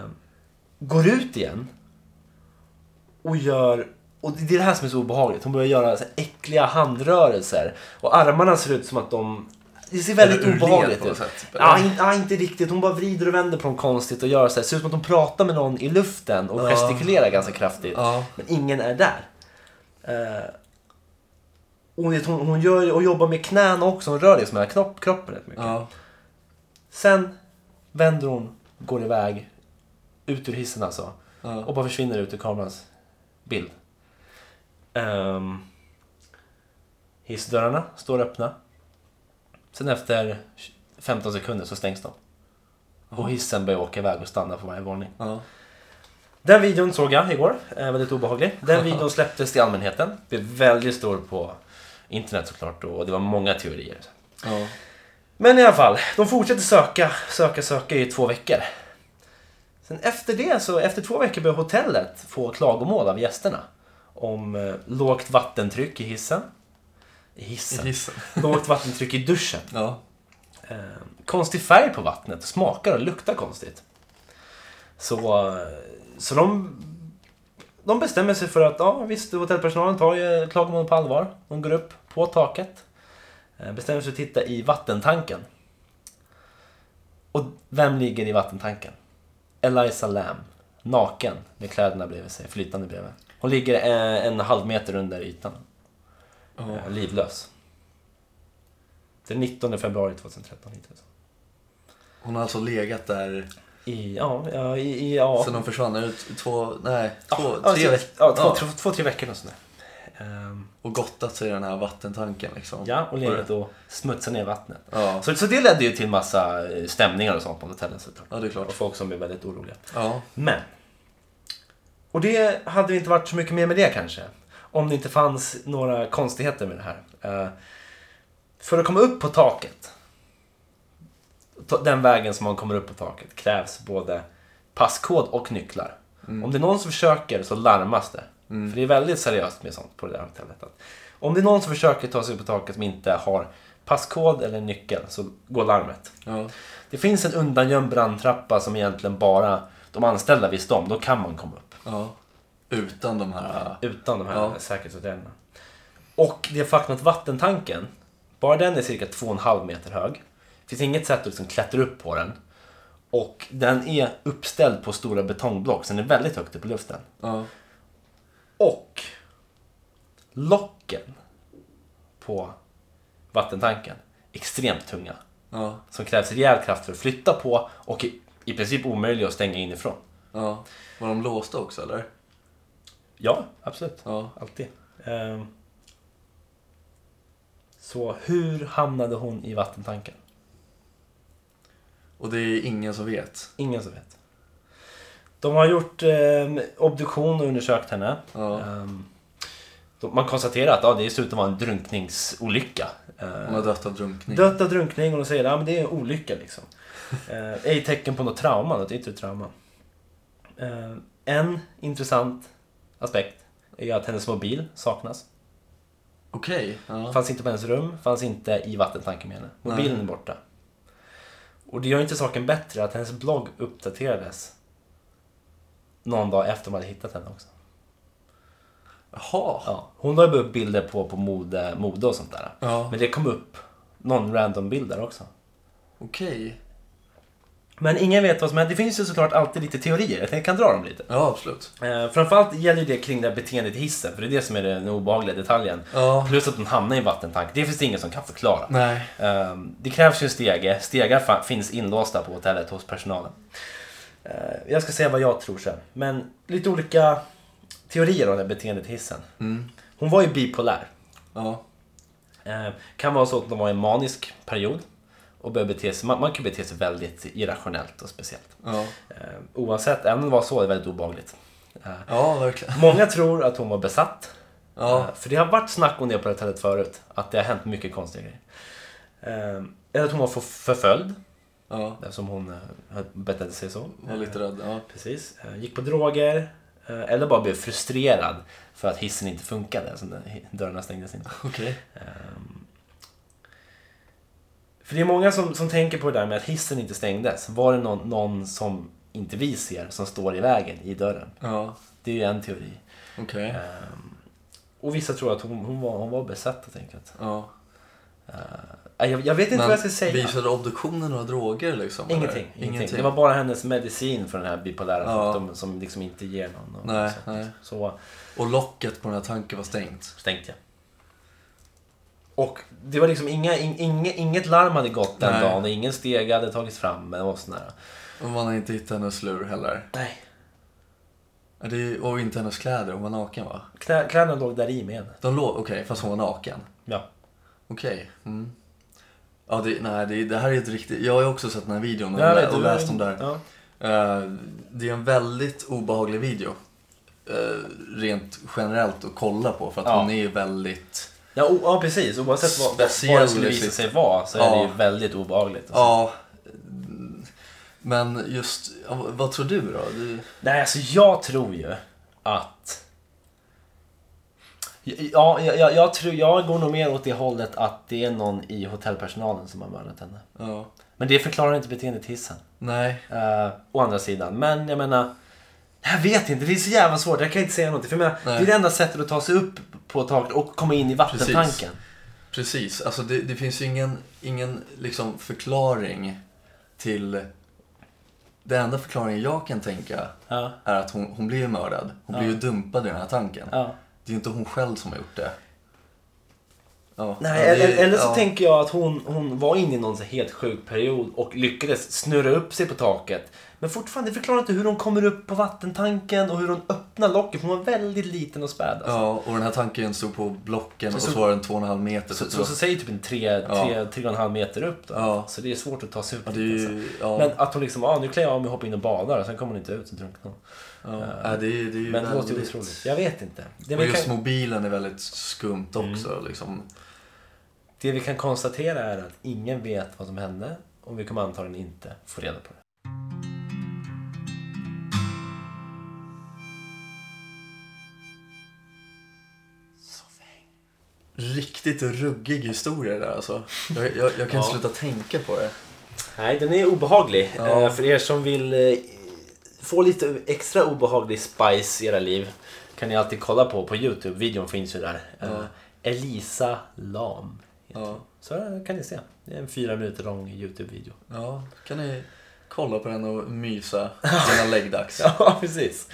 S2: går ut igen och gör... Och det är det här som är så obehagligt. Hon börjar göra så här äckliga handrörelser. Och armarna ser ut som att de... Det ser väldigt
S1: Eller ur led
S2: obehagligt
S1: på något
S2: ut.
S1: sätt.
S2: Ja, in, ja, inte riktigt. Hon bara vrider och vänder på dem konstigt och gör så här. Ser ut som att hon pratar med någon i luften och gestikulerar ganska kraftigt.
S1: Ja.
S2: Men ingen är där. Eh, och hon, hon, hon gör, och jobbar med knäna också. Hon rör liksom hela knopp, kroppen rätt mycket.
S1: Ja.
S2: Sen vänder hon, går iväg, ut ur hissen alltså. Och bara försvinner ut ur kamerans bild. Ehm, hissdörrarna står öppna. Sen efter 15 sekunder så stängs de. Och hissen börjar åka iväg och stanna på varje våning.
S1: Ja.
S2: Den videon såg jag igår, eh, väldigt obehaglig. Den videon släpptes till allmänheten. Blev väldigt stor på internet såklart och det var många teorier.
S1: Ja.
S2: Men i alla fall, de fortsätter söka, söka, söka i två veckor. Sen efter det, så efter två veckor börjar hotellet få klagomål av gästerna. Om eh, lågt vattentryck i hissen. I
S1: I
S2: hissen?
S1: hissen.
S2: Lågt vattentryck i duschen.
S1: Ja.
S2: Eh, konstig färg på vattnet, smakar och luktar konstigt. Så, eh, så de, de bestämmer sig för att ja, visst, hotellpersonalen tar ju klagomål på allvar. De går upp på taket, eh, bestämmer sig för att titta i vattentanken. Och vem ligger i vattentanken? Eliza Lam, naken med kläderna bredvid sig, flytande bredvid. Hon ligger eh, en halv meter under ytan,
S1: Ja.
S2: eh, livlös. Den 19 februari 2013 hittades hon.
S1: Hon har alltså legat där
S2: I, ja, ja, i, i, ja.
S1: sen hon försvann. Ut två, nej, två,
S2: ja,
S1: tre
S2: så-
S1: veckor.
S2: Ja, två, två, två, tre veckor och sådär. Ehm,
S1: Och gottat sig i den här vattentanken liksom.
S2: ja, och legat och smutsat ner vattnet.
S1: Ja.
S2: Så, så det ledde ju till massa eh, stämningar och sånt på hotellet såklart.
S1: Ja, det är klart.
S2: Och folk som blev väldigt oroliga.
S1: Ja.
S2: Men. Och det hade inte varit så mycket mer med det kanske. Om det inte fanns några konstigheter med det här. Eh, För att komma upp på taket. ta- Den vägen som man kommer upp på taket krävs både passkod och nycklar. Om det är någon som försöker så larmas det. För det är väldigt seriöst med sånt på det där hotellet. Att om det är någon som försöker ta sig upp på taket som inte har passkod eller nyckel så går larmet.
S1: Ja.
S2: Det finns en undangömd brandtrappa som egentligen bara de anställda visste om. Då kan man komma upp.
S1: ja. Utan de här...
S2: Utan de här
S1: Ja.
S2: säkerhetsåtgärderna. Och det faktum att vattentanken, bara den är cirka 2,5 meter hög. Det finns inget sätt att liksom klättra upp på den. Och den är uppställd på stora betongblock, så den är väldigt högt upp i luften.
S1: Ja.
S2: Och locken på vattentanken, extremt tunga
S1: Ja.
S2: som krävs rejäl kraft för att flytta på och i, i princip omöjlig att stänga inifrån.
S1: Ja. Var de låsta också eller?
S2: Ja, absolut.
S1: Ja.
S2: Alltid. Ehm. Så hur hamnade hon i vattentanken?
S1: Och det är ingen som vet.
S2: Ingen som vet. De har gjort ehm, obduktion och undersökt henne.
S1: Ja.
S2: Ehm, de- man konstaterar att ja, det ser ut att vara en drunkningsolycka. Ehm,
S1: Hon har dött av drunkning.
S2: Dött av drunkning och de säger att ja, men det är en olycka liksom. Eh, ej tecken på något trauma, något yttre trauma. Eh, en intressant aspekt är att hennes mobil saknas.
S1: Okej. Ja.
S2: Fanns inte på hennes rum, fanns inte i vattentanken med henne. Mobilen är borta. Och det gör inte saken bättre att hennes blogg uppdaterades någon dag efter man hade hittat henne också.
S1: Jaha.
S2: Ja, hon la ju upp bilder på, på mode, mode och sånt där.
S1: Ja.
S2: Men det kom upp någon random bild där också.
S1: Okej.
S2: Men ingen vet vad som händer. Det finns ju såklart alltid lite teorier. Jag tänkte- kan dra dem lite.
S1: Ja, absolut.
S2: Eh, framförallt gäller det kring det här beteendet i hissen. För det är det som är den obehagliga detaljen.
S1: Ja.
S2: Plus att hon hamnar i en vattentank. Det finns det ingen som kan förklara.
S1: Nej.
S2: Eh, det krävs ju en stege. Stegar fa- finns inlåsta på hotellet hos personalen. Eh, jag ska säga vad jag tror sen. Men lite olika teorier om det här beteendet i hissen. Hon var ju bipolär. Ehm,
S1: Ja.
S2: Eh, kan vara så att de var i en manisk period. Och börjar bete sig, man, man kan bete sig väldigt irrationellt och speciellt.
S1: Ja,
S2: Eh, oavsett, även om det var så, det är väldigt obehagligt. Eh,
S1: ja verkligen.
S2: många tror att hon var besatt.
S1: Ja,
S2: Eh, För det har varit snack om det på hotellet förut. Att det har hänt mycket konstiga grejer. Eh, Eller att hon var för- förföljd.
S1: ja.
S2: Eftersom hon eh, betedde sig så.
S1: Var lite rädd. Ja.
S2: Precis. Eh, Gick på droger. eh, Eller bara blev frustrerad för att hissen inte funkade. Så den- dörrarna stängdes inte.
S1: Okej.
S2: Ehm. För det är många som, som tänker på det där med att hissen inte stängdes. Var det någon, någon som inte vi ser som står i vägen i dörren?
S1: Ja,
S2: Det är ju en teori.
S1: okej.
S2: Ehm, Och vissa tror att hon, hon, var, hon var besatt helt enkelt.
S1: Ja.
S2: Nej, eh, Jag, jag vet inte vad jag ska säga.
S1: visade obduktionen några droger liksom? eller?
S2: Ingenting, ingenting.
S1: Ingenting.
S2: Det var bara hennes medicin för den här bipolära
S1: Ja.
S2: sjukdomen som liksom inte ger någon. någon
S1: Nej,
S2: sånt.
S1: nej.
S2: Så
S1: Och locket på den här tanken var stängt.
S2: stängt jag. Och det var liksom inga, in, inge, inget larm hade gått den
S1: Nej.
S2: dagen och ingen steg hade tagits fram. Eller vad sånt där.
S1: Och man har inte hittat hennes lur heller.
S2: Nej.
S1: Ja, Det är, och inte hennes kläder, hon var naken va?
S2: Knä, kläderna låg där i med henne.
S1: De låg, okej, fast hon var naken.
S2: Ja.
S1: Okej. Mm. Ja, det, nej, det, det här är ett riktigt... Jag har ju också sett den här videon och,
S2: Jag vet,
S1: lä- och
S2: du-
S1: läst om det här.
S2: Ja.
S1: Eh, det är en väldigt obehaglig video. eh, rent generellt att kolla på för att
S2: Ja.
S1: hon är väldigt...
S2: Ja, o, ja, precis. Oavsett vad, vad det
S1: Speciell
S2: skulle visa
S1: musik.
S2: sig vara så är
S1: Ja.
S2: det ju väldigt obehagligt. Alltså.
S1: Ja. Men just, ja, vad- vad tror du då? Du,
S2: Nej, alltså jag tror ju att... Ja, jag, jag, jag, tror, jag går nog mer åt det hållet att det är någon i hotellpersonalen som har mördat henne.
S1: ja.
S2: Men det förklarar inte beteendet i hissen.
S1: Nej.
S2: Eh, å andra sidan. Men jag menar... Jag vet inte, det är så jävla svårt. Jag kan inte säga någonting. För jag menar, det
S1: Nej.
S2: är det enda sättet att ta sig upp på taket och komma in i vattentanken.
S1: Precis, alltså det, det finns ju ingen, ingen liksom förklaring till... Den enda förklaringen jag kan tänka
S2: Ja,
S1: är att hon, hon blir ju mördad. Hon blir ju dumpad i den här tanken.
S2: ja.
S1: Det är ju inte hon själv som har gjort det. Ja,
S2: Nej,
S1: ja, det-
S2: eller, eller så
S1: ja.
S2: tänker jag att hon, hon var inne i någon så här helt sjuk period och lyckades snurra upp sig på taket. Men fortfarande, det förklarar inte hur hon kommer upp på vattentanken och hur hon öppnar locket. För hon var väldigt liten och späd. Alltså.
S1: Ja, och den här tanken stod på blocken och
S2: så-
S1: så var den två och en halv meter. Så,
S2: Så, så, så säger typ en tre,
S1: Ja.
S2: tre, tre och en halv meter upp då.
S1: Ja.
S2: Så det är svårt att ta sig upp
S1: ja, det är
S2: dit alltså.
S1: ju... Ja,
S2: Men att hon liksom, ja ah, nu klär jag av mig och hoppar in och badar och sen kommer hon inte ut så drunknar hon.
S1: ja, ja, det är ju... Det är ju
S2: Men det låter ju
S1: väldigt-
S2: otroligt. Jag vet inte. Det
S1: Och
S2: vi,
S1: just
S2: kan,
S1: mobilen är väldigt skumt också. Liksom.
S2: det vi kan konstatera är att ingen vet vad som hände och vi kommer antagligen inte få reda på det.
S1: Riktigt ruggig historia där alltså. Jag, jag, jag kan inte sluta tänka på det.
S2: Nej, den är obehaglig.
S1: Ja.
S2: Eh, För er som vill eh, få lite extra obehaglig spice i era liv kan ni alltid kolla på på Youtube. Videon finns ju där. Eh, Elisa Lam.
S1: Ja,
S2: Så eh, kan ni se. Det är en fyra minuter lång Youtube-video.
S1: ja kan ni kolla på den och mysa sina läggdags. Ja.
S2: Ja, precis.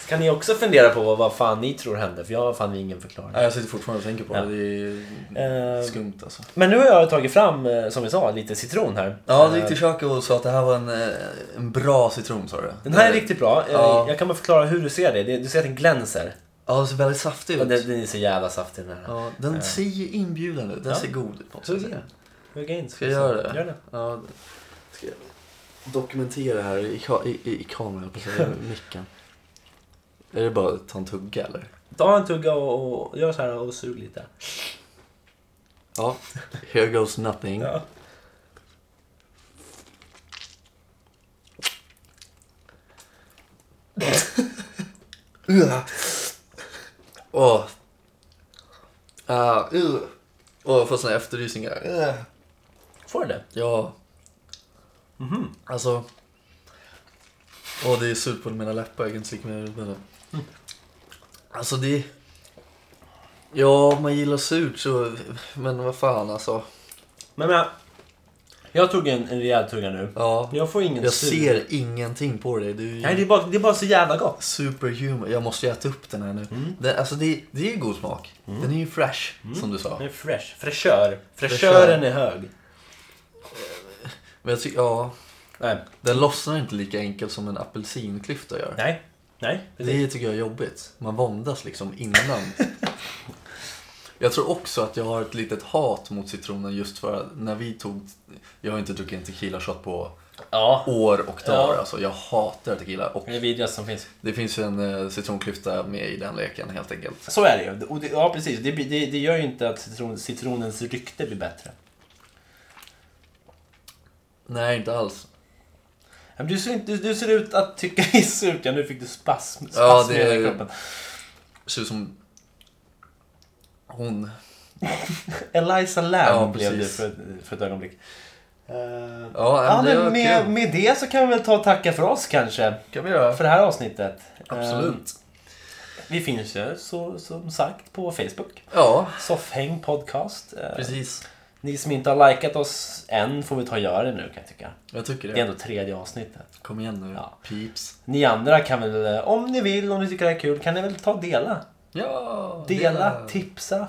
S2: Så kan ni också fundera på vad, vad fan ni tror hände. För jag har fan ingen förklaring.
S1: Nej, Jag sitter fortfarande och tänker på det.
S2: Ja.
S1: Det är
S2: Eh,
S1: ju skumt alltså.
S2: Men nu har jag tagit fram, eh, som vi sa, lite citron här.
S1: Ja, du
S2: Eh,
S1: gick till köket och sa att det här var en, eh, en bra citron sa du.
S2: Den här är riktigt bra. Eh,
S1: Ja.
S2: Jag kan bara förklara hur du ser det. Det- Du ser att den glänser.
S1: Ja, den ser väldigt saftig
S2: Den,
S1: ut.
S2: den är så jävla saftig den här.
S1: Ja, den ser ju inbjudande ut. Den
S2: Ja.
S1: ser god ut på något
S2: Så
S1: sätt.
S2: är det. Hugga in.
S1: Ska jag göra det?
S2: Gör det.
S1: Ja, ska jag dokumentera här i, ka- i, i, i kameran, höll på att säga, i micken. Är det bara att ta en tugga eller?
S2: Ta en tugga och, och gör så här och sug lite.
S1: Ja. Here goes nothing.
S2: Ja.
S1: Ugh. Åh. Ah, ugh. Åh, jag får såna efterlysningar. Ugh.
S2: Får du det?
S1: Ja. Alltså. Åh, det är surt på mina läppar. Jag kan inte slicka mig i munnen. Alltså det... Ja, om man gillar surt så... Men vad fan alltså.
S2: Men jag, menar, jag tog en, en rejäl tugga nu.
S1: Ja.
S2: Jag får ingen
S1: Jag
S2: sur-
S1: ser ingenting på dig. Du är ju
S2: Nej, det är, bara, det är bara så jävla gott.
S1: superhuman. Jag måste ju äta upp den här nu. Det, alltså det, det är god smak. Den är ju fresh, som du sa.
S2: Den är fresh. Fräschör. Fräschören
S1: Fräschör.
S2: är hög.
S1: Men jag tycker, ja.
S2: Nej.
S1: Den lossnar inte lika enkelt som en apelsinklyfta gör.
S2: Nej. Nej.
S1: Det tycker jag är jobbigt. Man våndas liksom innan. Jag tror också att jag har ett litet hat mot citronen just för att när vi tog... Jag har inte druckit en tequila shot på
S2: Ja.
S1: år och dagar.
S2: Ja.
S1: Alltså, jag hatar tequila. Och
S2: Det är vidrigaste som finns.
S1: det finns ju en eh, citronklyfta med i den leken helt enkelt.
S2: Så är det ju. Och det, ja, precis. Det, blir- det, det gör ju inte att citron, citronens rykte blir bättre.
S1: Nej, inte alls.
S2: Ja, men Du ser, inte, du, du ser ut att tycka det är surt. Ja, nu fick du spasm, spasm
S1: Ja,
S2: i
S1: det-
S2: hela kroppen.
S1: Ser ut som... Hon...
S2: Eliza Lam
S1: Ja,
S2: blev det
S1: precis.
S2: för, för ett ögonblick. Eh,
S1: Ja,
S2: ja,
S1: det var
S2: men med,
S1: kul.
S2: med det så kan vi väl ta och tacka för oss kanske.
S1: kan vi göra.
S2: För det här avsnittet. Eh,
S1: Absolut.
S2: vi finns ju så, som sagt på Facebook.
S1: Ja,
S2: Soffhäng podcast. Eh,
S1: precis.
S2: ni som inte har likat oss än får vi ta och göra det nu kan jag tycka.
S1: Jag tycker
S2: Det är
S1: det.
S2: ändå tredje avsnittet.
S1: Kom igen nu,
S2: Ja.
S1: peeps.
S2: Ni andra kan väl, eh, om ni vill, om ni tycker det är kul, kan ni väl ta och dela.
S1: Ja!
S2: Dela, tipsa,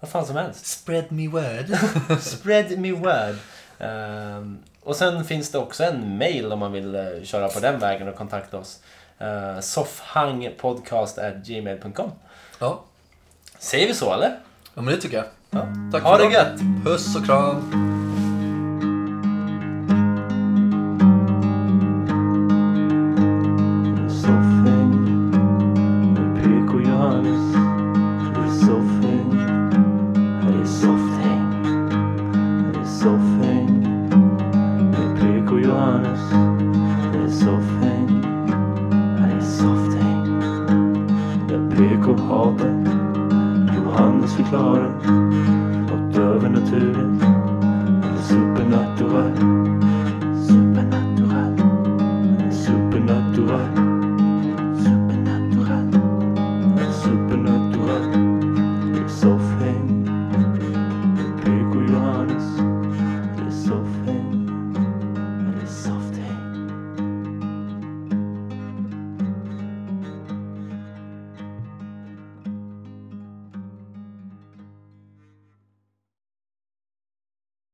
S2: vad fan som helst.
S1: Spread me word.
S2: Spread me word. Ehm, och sen finns det också en mail om man vill eh, köra på den vägen och kontakta oss. Uh, Soffhangpodcast.gmail.com
S1: ja.
S2: Säger vi så eller?
S1: ja, men det tycker jag.
S2: Ja.
S1: Tack
S2: Ha
S1: för
S2: det
S1: idag.
S2: gött!
S1: Puss och kram.
S5: Soffhäng med PK Johannes. Här är soffhäng. Här är softhäng. Här är soffhäng med PK Johannes. Här är soffhäng. Här är softhäng. Där PK hatar. Johannes förklarar. Något över naturen. Eller supernatural. Supernatural.